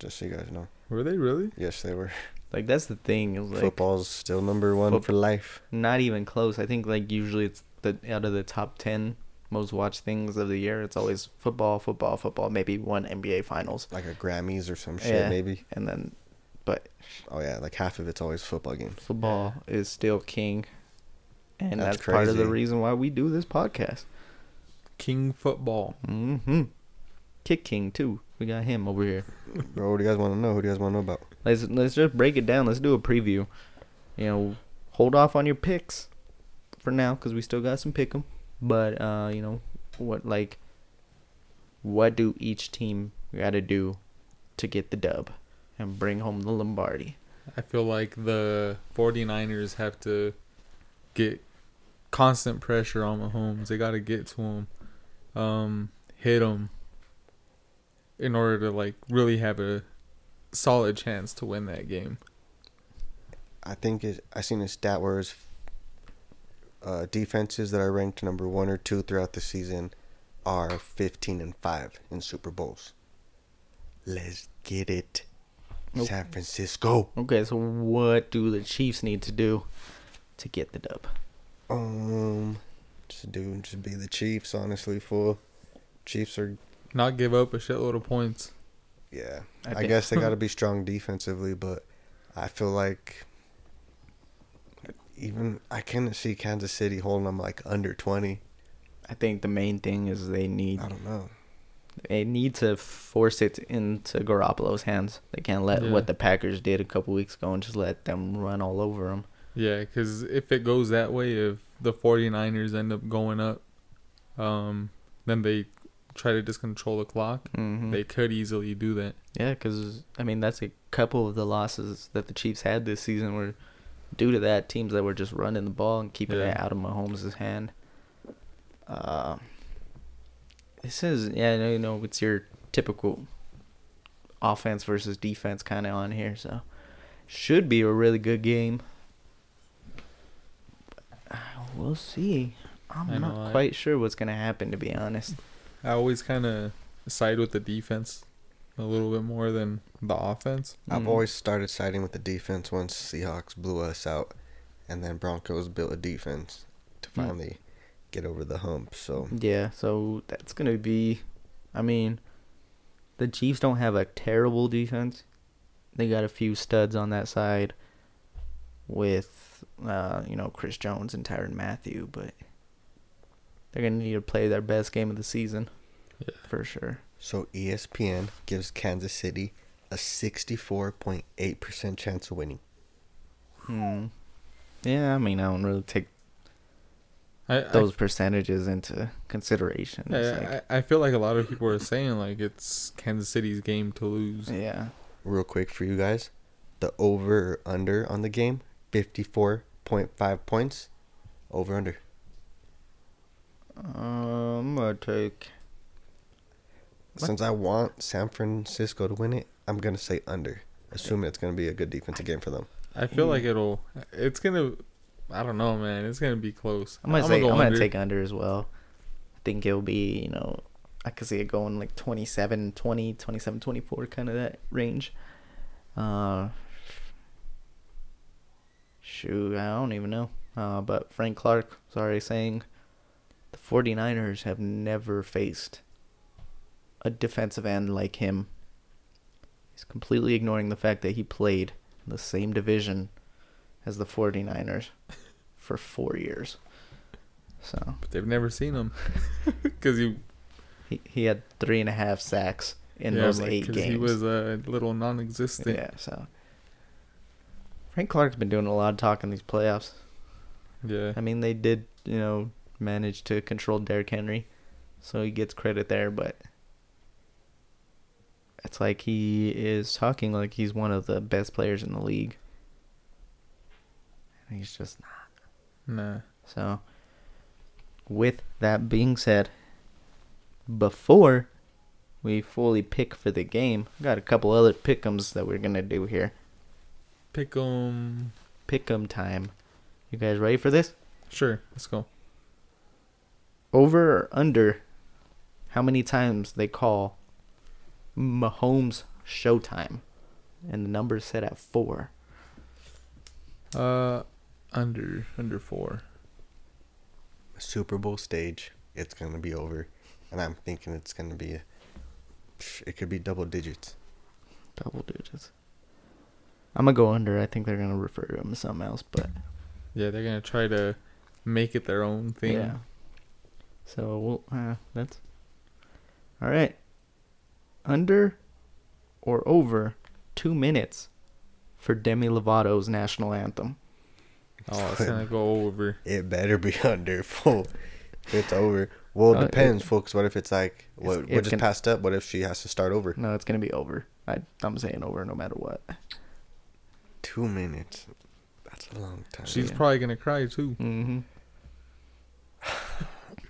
D: just so you guys know.
C: Were they really?
D: Yes, they were.
B: Like that's the thing. It was like
D: Football's still number one
B: Foot-
D: for life.
B: not even close. I think like usually it's the out of the top ten most watched things of the year. It's always football, football, football. Maybe one NBA Finals,
D: like a Grammys or some shit,
B: Yeah.
D: maybe.
B: and then, but
D: Oh yeah, like half of it's always football games.
B: football is still king, and
D: That's
B: that's, part of the
D: crazy.
B: reason why we do this podcast.
C: King football.
B: Mm-hmm. Kick King too. We got him over here.
D: Bro, what do you guys want to know? Who do you guys want to know about?
B: Let's let's just break it down. Let's do a preview. You know, hold off on your picks for now because we still got some pick 'em. But uh, you know, what like, what do each team got to do to get the dub and bring home the Lombardi?
C: I feel like the 49ers have to get constant pressure on Mahomes. They got to get to him, um, hit him in order to like really have a solid chance to win that game.
D: I think it, I seen a stat where it's uh, defenses that are ranked number one or two throughout the season are 15 and five in Super Bowls. Let's get it,
B: Nope.
D: San Francisco.
B: Okay, so what do the Chiefs need to do to get the dub?
D: Um, just do just be the Chiefs. Honestly, fool. Chiefs are
C: Not give up a shitload of points.
D: yeah.
B: I
D: I,
B: bet.
D: guess they got to be strong defensively, but I feel like even I couldn't see Kansas City holding them like under 20.
B: I think the main thing is they need
D: I don't know.
B: they need to force it into Garoppolo's hands. They can't let
C: Yeah.
B: what the Packers did a couple weeks ago and just let them run all over him.
C: Yeah, cuz if it goes that way if the 49ers end up going up um then they try to just control the clock.
B: Mm-hmm.
C: They could easily do that.
B: Yeah, because I mean that's a couple of the losses that the Chiefs had this season were due to that teams that were just running the ball and keeping
C: Yeah.
B: it out of Mahomes' hand. Uh, this is yeah, I know, you know it's your typical offense versus defense kind of on here, so should be a really good game. Uh, We'll see. I'm
C: I
B: not
C: know, I-
B: quite sure what's gonna happen to be honest.
C: I always kind of side with the defense a little bit more than the offense.
D: I've
B: Mm.
D: always started siding with the defense once Seahawks blew us out, and then Broncos built a defense to
B: Hmm.
D: finally get over the hump. So
B: Yeah, so that's gonna be. I mean, the Chiefs don't have a terrible defense. They got a few studs on that side, with uh, you know Chris Jones and Tyron Matthew, but they're gonna need to play their best game of the season, for sure.
D: so E ESPN gives Kansas City a 64.8% chance of winning.
B: Hmm. Yeah, I mean I don't really take
C: I,
B: those percentages into consideration.
C: I,
B: It's
C: I, I feel like a lot of people are saying like it's Kansas City's game to lose.
B: like, yeah.
D: Real quick for you guys, the over or under on the game 54.5 points. Over under.
B: Um, I'm gonna take. What?
D: Since I want San Francisco to win it, I'm going to say under, assuming it's going to be a good defensive game for them.
C: I feel
B: Mm.
C: like it'll it's gonna I don't know man it's gonna be close.
B: I'm gonna
C: I'ma
B: say I'm gonna
C: under.
B: take under as well. I think it'll be you know I could see it going like 27, 20, 27, 24 kind of that range. Uh, shoot, I don't even know. Uh, but Frank Clark was already saying the 49ers have never faced a defensive end like him. He's completely ignoring the fact that he played in the same division as the 49ers for four years. So
C: But they've never seen him because he
B: he, he had three and a half sacks in
C: yeah,
B: those
C: like,
B: eight
C: 'cause
B: games.
C: He was a little non-existent. Yeah.
B: yeah, so Frank Clark's been doing a lot of talk in these playoffs. I mean, they did, you know, manage to control Derrick Henry, so he gets credit there. But it's like he is talking like he's one of the best players in the league, and he's just not.
C: Nah.
B: So, with that being said, before we fully pick for the game, I got a couple other pickums that we're gonna do here.
C: Pick 'em.
B: Pickum time. You guys ready for this?
C: Sure. Let's go.
B: Over or under? How many times they call Mahomes Showtime? And the number's set at four.
C: Uh, under under four.
D: Super Bowl stage. it's gonna be over, and I'm thinking it's gonna be, it could be double digits.
B: Double digits. I'm gonna go under. I think they're gonna refer to him as something else, but
C: Yeah, they're gonna try to make it their own thing.
B: yeah. So we'll, uh, that's all right. Under or over two minutes for Demi Lovato's national anthem.
C: Oh, it's gonna go over.
D: It better be under full. It's over.
B: Uh,
D: Well, it
B: it-
D: depends, folks. What if it's like what
B: It's-
D: what
B: it's
D: just
B: gonna-
D: passed up? What if she has to start over?
B: No, it's gonna be over. I, I'm saying over no matter what.
D: Two minutes. That's a long time.
C: She's
B: yeah.
C: probably gonna cry too.
B: Mm-hmm.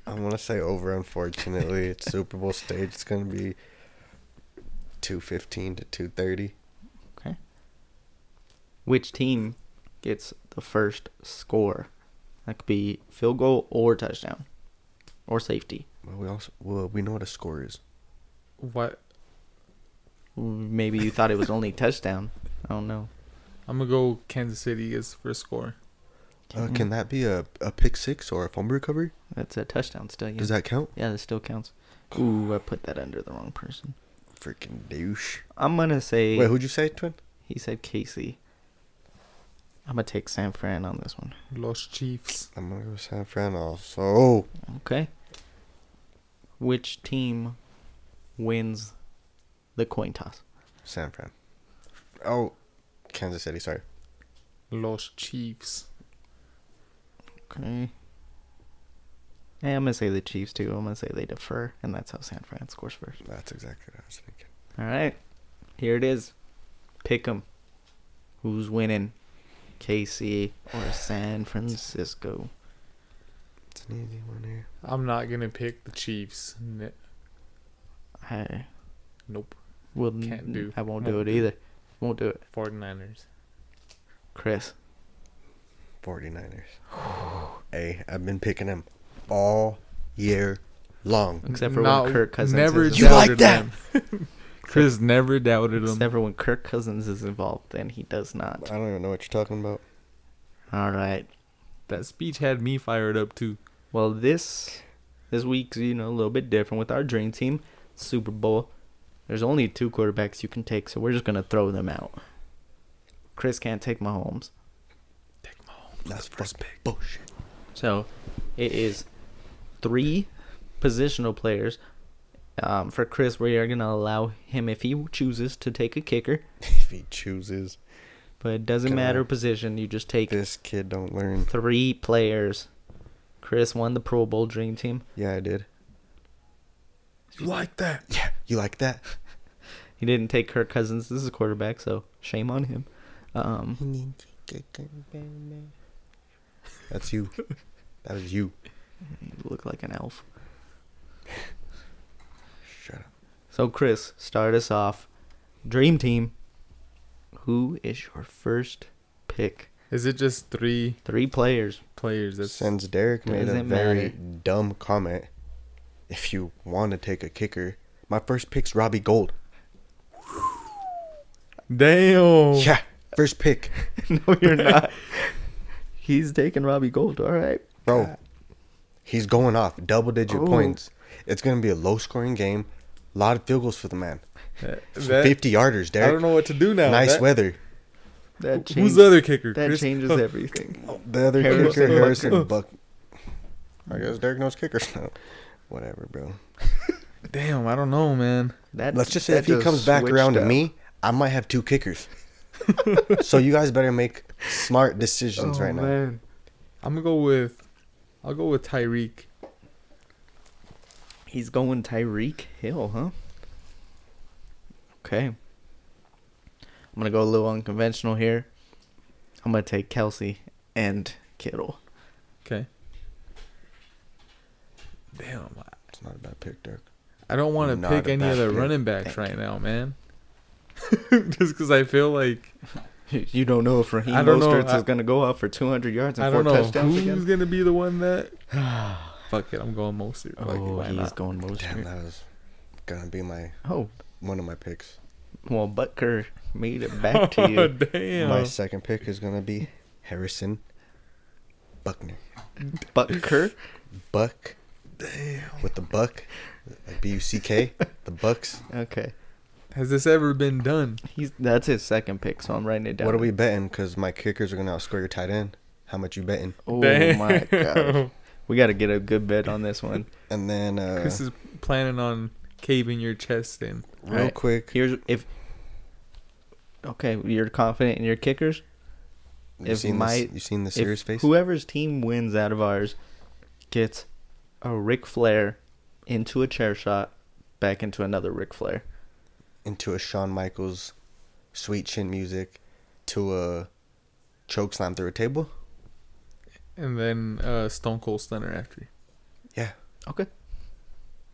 D: I'm gonna say over. Unfortunately, it's Super Bowl stage. It's gonna be two fifteen to two thirty.
B: Okay. Which team gets the first score? That could be field goal or touchdown or safety.
D: Well, we also well we know what a score is.
C: What?
B: Maybe you thought it was only touchdown. I don't know.
C: I'm gonna go Kansas City is first score.
D: Uh,
B: Mm-hmm.
D: can that be a, a pick six or a fumble recovery?
B: That's a touchdown still. Yeah.
D: Does that count?
B: yeah, that still counts. Ooh, I put that under the wrong person.
D: Freaking douche.
B: I'm gonna say
D: Wait, who'd you say, twin?
B: he said Casey. I'm gonna take San Fran on this one.
C: Los Chiefs.
D: I'm gonna go San Fran also. Oh,
B: Okay. Which team wins the coin toss?
D: San Fran. Oh, Kansas City. Sorry.
C: Los Chiefs.
B: Okay. Yeah, I'm gonna say the Chiefs too. I'm gonna say they defer, and that's how San Fran scores first.
D: That's exactly what I was thinking.
B: All right, here it is. Pick 'em. Who's winning? KC or San Francisco?
D: It's an easy one here.
C: I'm not gonna pick the Chiefs. N-
B: I
C: nope.
B: will.
C: Can't do.
B: I won't, do
C: Won't
B: it either. Won't do it,
C: 49ers.
B: Chris.
D: 49ers. hey, I've been picking them all year long.
B: Except for
C: Not-
B: when Kirk Cousins.
C: Never
B: is
D: You
B: involved.
D: like
C: doubted
D: that?
C: them. Chris never doubted them.
B: Except for when Kirk Cousins is involved, then he does not.
D: I don't even know what you're talking about.
B: All right.
C: That speech had me fired up too.
B: Well, this this week's you know a little bit different with our dream team Super Bowl. There's only two quarterbacks you can take, so we're just gonna throw them out. Chris can't take Mahomes,
D: That's first pick. Bullshit.
B: so it is three positional players. Um, for Chris, we are gonna allow him if he chooses to take a kicker,
D: if he chooses,
B: but it doesn't
D: Can I-
B: matter position. You just take
D: this kid don't learn.
B: three players. Chris won the Pro Bowl dream team.
D: Yeah, I did.
C: You like that?
D: Yeah, you like that?
B: He didn't take Kirk Cousins. This is a quarterback, so shame on him. Um,
D: That's you. that is you.
B: You look like an elf.
D: Shut up.
B: So, Chris, start us off. Dream team. Who is your first pick?
C: Is it just three
B: Three players.
C: players? That's
D: Since Derek made a
B: Doesn't
D: very
B: matter.
D: dumb comment, if you want to take a kicker, my first pick's Robbie Gold.
C: damn.
D: Yeah, first pick,
B: no, you're not. He's taking Robbie Gold. All right.
D: bro. He's going off double digit
B: Oh.
D: points. It's gonna be a low scoring game. A lot of field goals for the man.
C: That-
D: Fifty yarders,
C: I
D: Derek.
C: don't know what to do now.
D: nice
C: That-
D: weather.
B: That changes,
C: Who's the other kicker?
B: That
C: Chris?
B: changes everything.
D: The other
B: Harrison
D: kicker,
B: Buck-
D: Harrison Buck. I guess Derek knows kickers. Whatever, bro.
C: Damn, I don't know, man.
B: That,
D: Let's just say
B: that
D: if he comes back
B: switched
D: around
B: up.
D: to me, I might have two kickers. so you guys better make smart
B: Oh,
D: decisions
C: Oh,
D: right now.
C: I'm gonna go with, I'll go with Tyreek.
B: He's going Tyreek Hill, huh? Okay. I'm going to go a little unconventional here. I'm going to take Kelsey and Kittle.
C: Okay. Damn, I-
D: It's not a bad pick, Derek.
C: I don't want to
D: Not
C: pick
D: a
C: any
D: bad
C: of the
D: pick.
C: running backs
B: Thank
C: right now, man. Just because I feel like
B: You don't know if Raheem
C: I don't know.
B: Mostert
C: I-
B: is going to go out for 200 yards
C: I
B: and
C: don't
B: four
C: know
B: touchdowns
C: who's
B: again.
C: gonna be the one that. Fuck it, I'm going Mostert. Like, why not?
B: Oh, going Mostert.
D: Damn, that was gonna be my
B: Oh,
D: one of my picks.
B: well, Butker made it back to you.
C: Oh, Damn.
D: My second pick is gonna be Harrison Buckner.
B: Butker?
D: Buckner. with the buck, like B U C K, the Bucks.
B: Okay.
C: Has this ever been done?
B: He's that's his second pick, so I'm writing it down.
D: What are we betting? Because my kickers are gonna outscore your tight end. How much you betting?
B: Oh my god. We got to get a good bet on this one.
D: And then uh,
C: Chris is planning on caving your chest in.
D: real
B: Right.
D: quick,
B: Here's if Okay, you're confident in your kickers?
D: you
B: if
D: seen
B: my-
D: this? You seen the
B: If
D: serious face?
B: Whoever's team wins out of ours gets a Ric Flair into a chair shot back into another Ric Flair.
D: Into a Shawn Michaels, sweet chin music, to a choke slam through a table.
C: And then uh, Stone Cold Stunner after you.
D: Yeah,
B: Okay,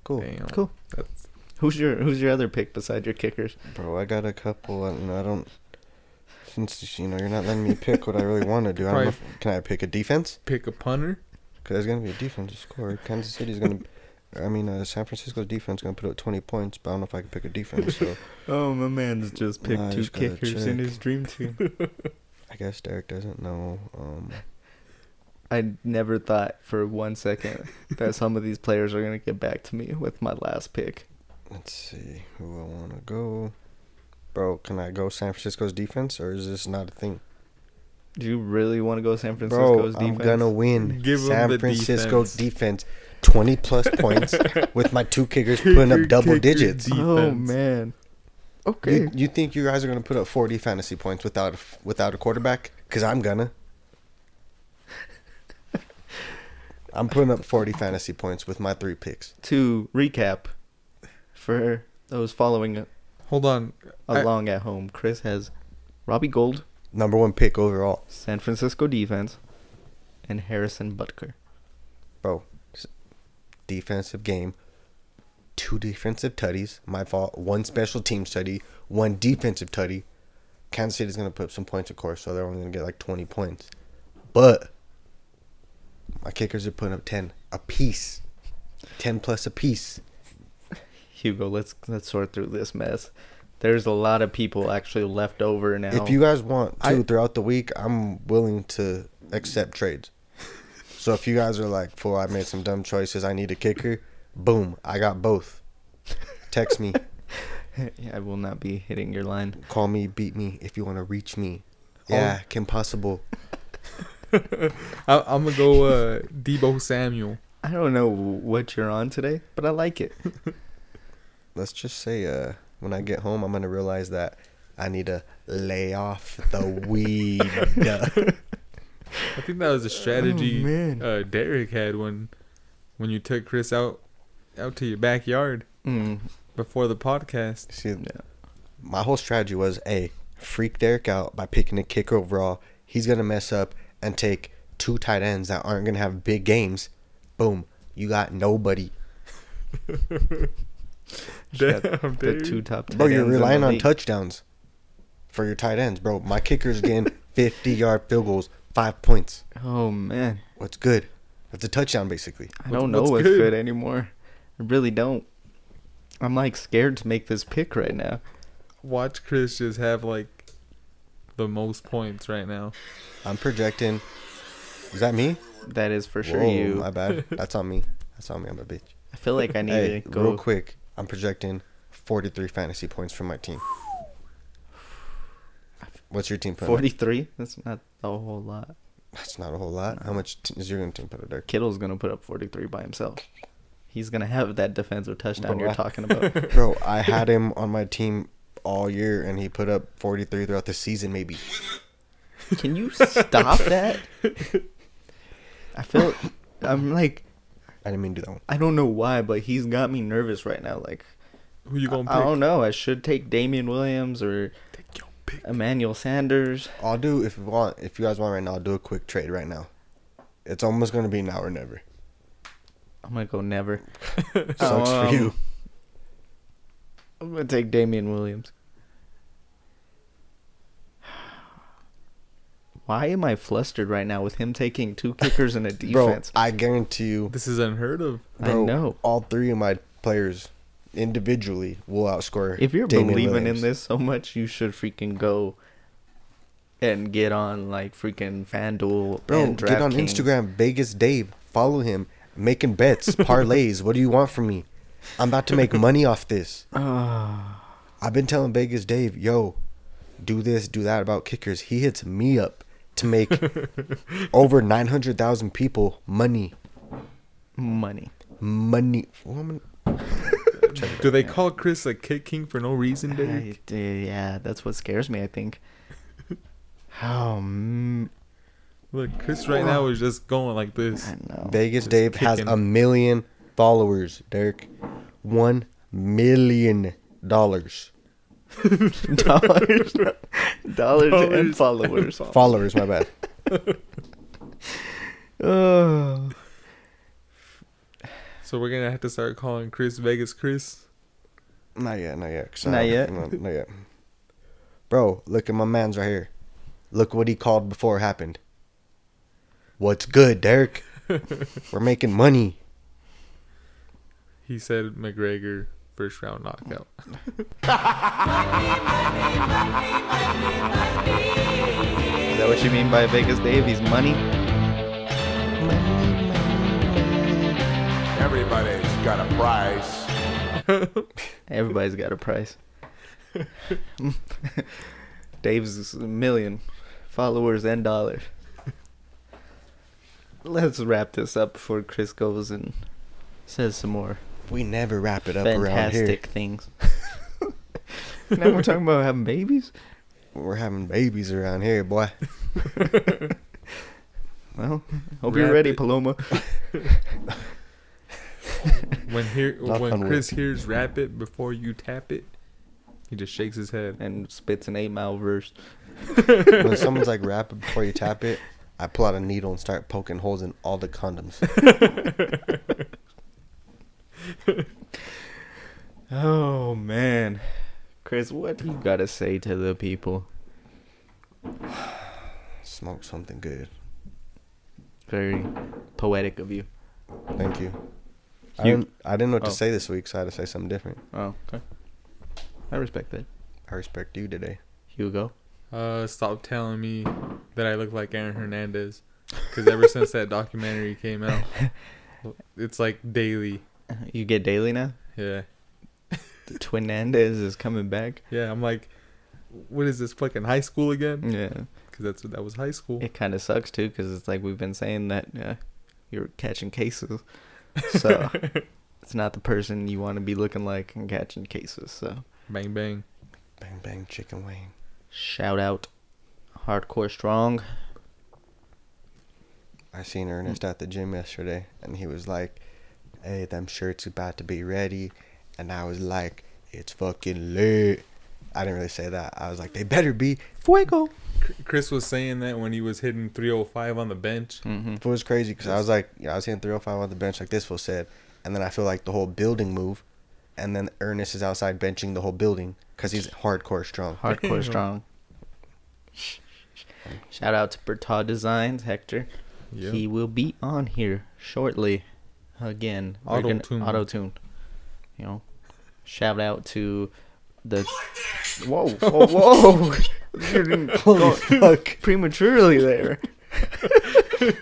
D: cool,
C: Damn.
B: cool.
C: That's,
B: Who's your Who's your other pick beside your kickers?
D: bro. I got a couple. I don't. I don't since you know you're not letting me pick what I really want to do, I don't know
C: Right.
D: if, can I pick a defense?
C: pick a punter.
D: Because there's going to be a defensive score. Kansas City's going to, I mean, uh, San Francisco's defense going to put up 20 points, but I don't know if I can pick a defense. So
B: Oh, my man's just
D: picked Nah, I two just gotta kickers in check. his
B: dream team.
D: I guess Derek doesn't know. Um,
B: I never thought for one second that some of these players are gonna get back to me with my last pick.
D: let's see who I want to go. Bro, can I go San Francisco's defense, or is this not a thing?
B: Do you really want to go San
D: Bro,
B: Francisco's
D: I'm
B: defense?
D: going to win.
C: Give 'em
D: San
C: the
D: Francisco defense.
C: defense.
D: 20 plus points with my two kickers putting
C: Kicker,
D: up double
C: kicker,
D: digits.
C: defense.
B: Oh man. Okay.
D: You, you think you guys are going to put up 40 fantasy points without a f- without a quarterback? Because I'm gonna. I'm putting up 40 fantasy points with my three picks.
B: to recap, for those following
C: Hold on. I-
B: along at home, Chris has Robbie Gold,
D: Number one pick overall,
B: San Francisco defense, and Harrison Butker.
D: bro. S- Defensive game, two defensive tutties. My fault. One special team tutty, one defensive tutty. Kansas City's gonna put up some points, of course, so they're only gonna get like 20 points. But my kickers are putting up 10 a piece, 10 plus a piece.
B: Hugo, let's let's sort through this mess. There's a lot of people actually left over now.
D: If you guys want to
C: I-
D: throughout the week, I'm willing to accept trades. so if you guys are like, "Fool, I made some dumb choices. I need a kicker," boom, I got both. Text me,
B: I will not be hitting your line.
D: call me, beat me if you want to reach me.
C: All-
D: Yeah, Kim Possible.
C: I, I'm going to go uh, Debo Samuel.
B: I don't know what you're on today, but I like it.
D: Let's just say, uh, when I get home, I'm gonna realize that I need to lay off the weed.
C: I think that was a strategy
B: Oh, man.
C: uh, Derek had when when you took Chris out out to your backyard
B: Mm.
C: before the podcast.
D: See,
B: Yeah.
D: my whole strategy was a freak Derek out by picking a kicker overall. He's gonna mess up and take two tight ends that aren't gonna have big games. Boom, you got nobody.
B: Shit, The
C: Damn, dude.
B: two top.
D: Bro,
B: tight
D: Oh, you're
B: ends in the
D: relying on
B: league.
D: touchdowns for your tight ends, bro. My kicker's getting 50 yard field goals, five points.
B: Oh man,
D: What's good? That's a touchdown, basically.
B: I
C: What-
B: don't know
C: what's
B: what's
C: good?
B: good anymore. I really don't. I'm like scared to make this pick right now.
C: Watch Chris just have like the most points right now.
D: I'm projecting. Is that me?
B: That is for sure
D: Whoa,
B: you.
D: My bad. That's on me. That's on me. I'm a bitch.
B: I feel like I need
D: Hey,
B: to go.
D: real quick, I'm projecting 43 fantasy points from my team. What's your team putting? 40.
B: 43? That's not a whole lot.
D: That's not a whole lot. How much t- is your team put up, Derek?
B: Kittle's going to put up 43 by himself. He's going to have that defensive touchdown
D: Bro,
B: you're
D: I-
B: talking about.
D: Bro, I had him on my team all year, and he put up 43 throughout the season, maybe.
B: Can you stop that? I feel. I'm like.
D: I didn't mean to do that one.
B: I don't know why, but he's got me nervous right now. Like,
C: Who you gonna pick?
B: I don't know. I should take Damian Williams or
C: Take your pick.
B: Emmanuel Sanders.
D: I'll do if you want. If you guys want right now, I'll do a quick trade right now. It's almost gonna be now or never.
B: I'm going to go never.
D: Sucks for
B: Um,
D: you.
B: I'm going to take Damian Williams. Why am I flustered right now with him taking two kickers and a
D: Bro,
B: defense?
D: I guarantee you.
C: This is unheard of.
B: I
D: bro,
B: know.
D: All three of my players individually will outscore.
B: if you're
D: Damian
B: believing
D: Williams.
B: in this so much, you should freaking go and get on like freaking FanDuel
D: bro,
B: and
D: get on
B: DraftKings.
D: Instagram, Vegas Dave, follow him, making bets, parlays. what do you want from me? I'm about to make money off this.
B: Ah,
D: I've been telling Vegas Dave, yo, do this, do that about kickers. He hits me up to make over 900,000 people money.
B: Money.
D: Money. Woman.
C: Do they call Chris a kick king for no reason,
B: I,
C: Derek?
B: d- yeah, that's what scares me. I think. Oh, How? m-
C: Look, Chris right now is just going like this.
B: I know.
D: Vegas
C: Just
D: Dave has
C: kicking.
D: a million followers, Derek. One million dollars.
B: dollars, dollars, and
C: Dollars.
B: followers.
D: Followers, my bad.
B: Ugh.
C: So we're gonna have to start calling Chris Vegas Chris.
D: Not yet, not yet. 'cause
B: Not
D: I-
B: yet?
D: no, not yet. Bro, look at my man's right here. Look what he called before it happened. What's good, Derek? We're making money.
C: He said McGregor first round knockout.
B: Is that what you mean by Vegas Davies? Money?
F: Everybody's got a price.
B: Everybody's got a price. Dave's a million followers and dollars. Let's wrap this up before Chris goes and says some more
D: We never wrap it up around here.
B: fantastic things. now we're talking about having babies?
D: We're having babies around here, boy.
B: Well, hope
C: Wrap
B: you're ready,
C: it.
B: Paloma.
C: When here
D: Knock on
C: when
D: wood.
C: Chris hears rap it before you tap it, he just shakes his head.
B: And spits an eight mile verse.
D: when someone's like rap it before you tap it, I pull out a needle and start poking holes in all the condoms.
B: Oh, man. Chris, what do you got to say to the people?
D: Smoke something good.
B: Very poetic of you.
D: Thank you. I
B: You-
D: didn't, I didn't know what
B: Oh.
D: to say this week, so I had to say something different.
B: Oh, okay. I respect that.
D: I respect you today.
B: Hugo.
C: Uh, stop telling me that I look like Aaron Hernandez, because ever since that documentary came out, it's like daily.
B: You get daily now?
C: Yeah,
B: The Twin Nandez is coming back.
C: yeah. I'm like, what is this fucking high school
D: Mm.
C: again?
B: Yeah.
C: Because that's that was high school.
B: It kind of sucks too because it's like we've been saying that uh, you're catching cases. So it's not the person you want to be looking like and catching cases. So
C: Bang bang.
D: Bang bang chicken wing.
B: shout out Hardcore Strong.
D: I seen Ernest
B: Hmm.
D: at the gym yesterday, and he was like, "Hey, them shirts about to be ready," and I was like, "It's fucking lit." I didn't really say that. I was like, "They better be."
B: Fuego.
C: Chris was saying that when he was hitting 305 on the bench.
B: Mm-hmm.
D: It was crazy because I was like, yeah, I was hitting 305 on the bench, like this fool said, and then I feel like the whole building move, and then Ernest is outside benching the whole building because he's hardcore strong.
B: Hardcore Strong. Shout out to Bertaud Designs, Hector.
C: Yeah.
B: He will be on here shortly. Again,
C: Auto-tune.
B: auto tune. You know, shout out to the. Whoa! Whoa! whoa. You didn't go
D: Fuck,
B: prematurely there.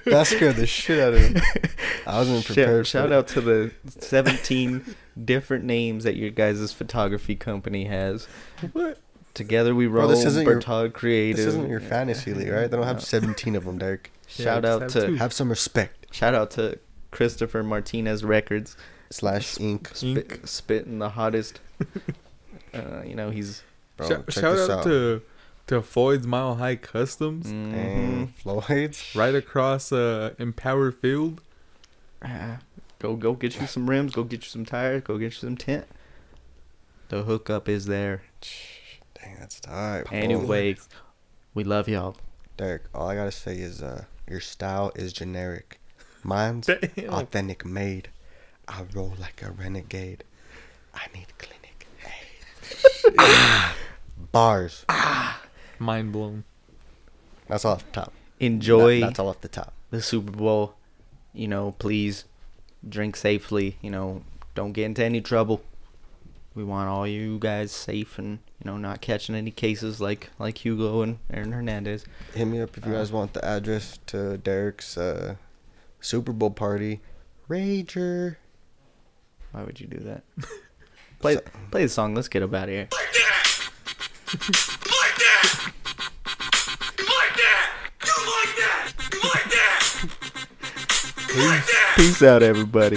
D: that scared the shit out of me. I wasn't prepared.
B: Shout, shout
D: for
B: out to the 17 different names that your guys' photography company has.
C: What?
B: Together we roll.
D: this isn't your-
B: Bertaud Creative.
D: This isn't your fantasy league, right? They don't have 17 of them, Derek.
B: Shout
C: Yeah,
B: out
C: just
B: to
C: have two.
D: Have some respect.
B: shout out to Christopher Martinez Records.
D: Slash ink.
C: Ink.
B: spit, spitting the hottest. uh, you know he's
D: Bro,
C: Shout-
D: check
C: shout
D: this
C: out,
D: out. Mm.
C: to to Floyd's Mile High Customs mm-hmm.
D: And Floyd's.
C: right across uh, Empower Field.
B: Ah, go go get you some rims, go get you some tires, go get you some tent. The hookup is there.
D: Dang, that's tight.
B: Anyway, we love y'all.
D: Derek, all I gotta say is uh, your style is generic. Mine's
C: Damn.
D: authentic made. I roll like a renegade. I need clinic. Hey. Ah, Bars.
C: Mind blown.
D: That's all off the top.
B: Enjoy
D: That- that's all off the top.
B: the Super Bowl. You know, please drink safely. You know, don't get into any trouble. We want all you guys safe and you know not catching any cases like like Hugo and Aaron Hernandez.
D: Hit me up if you guys want the address to Derek's uh, Super Bowl party. Rager.
B: Why would you do that? Play play the song. Let's get up out of here.
E: Like that. like that. You like that. You like that. You like that. You like that.
B: Peace out, everybody.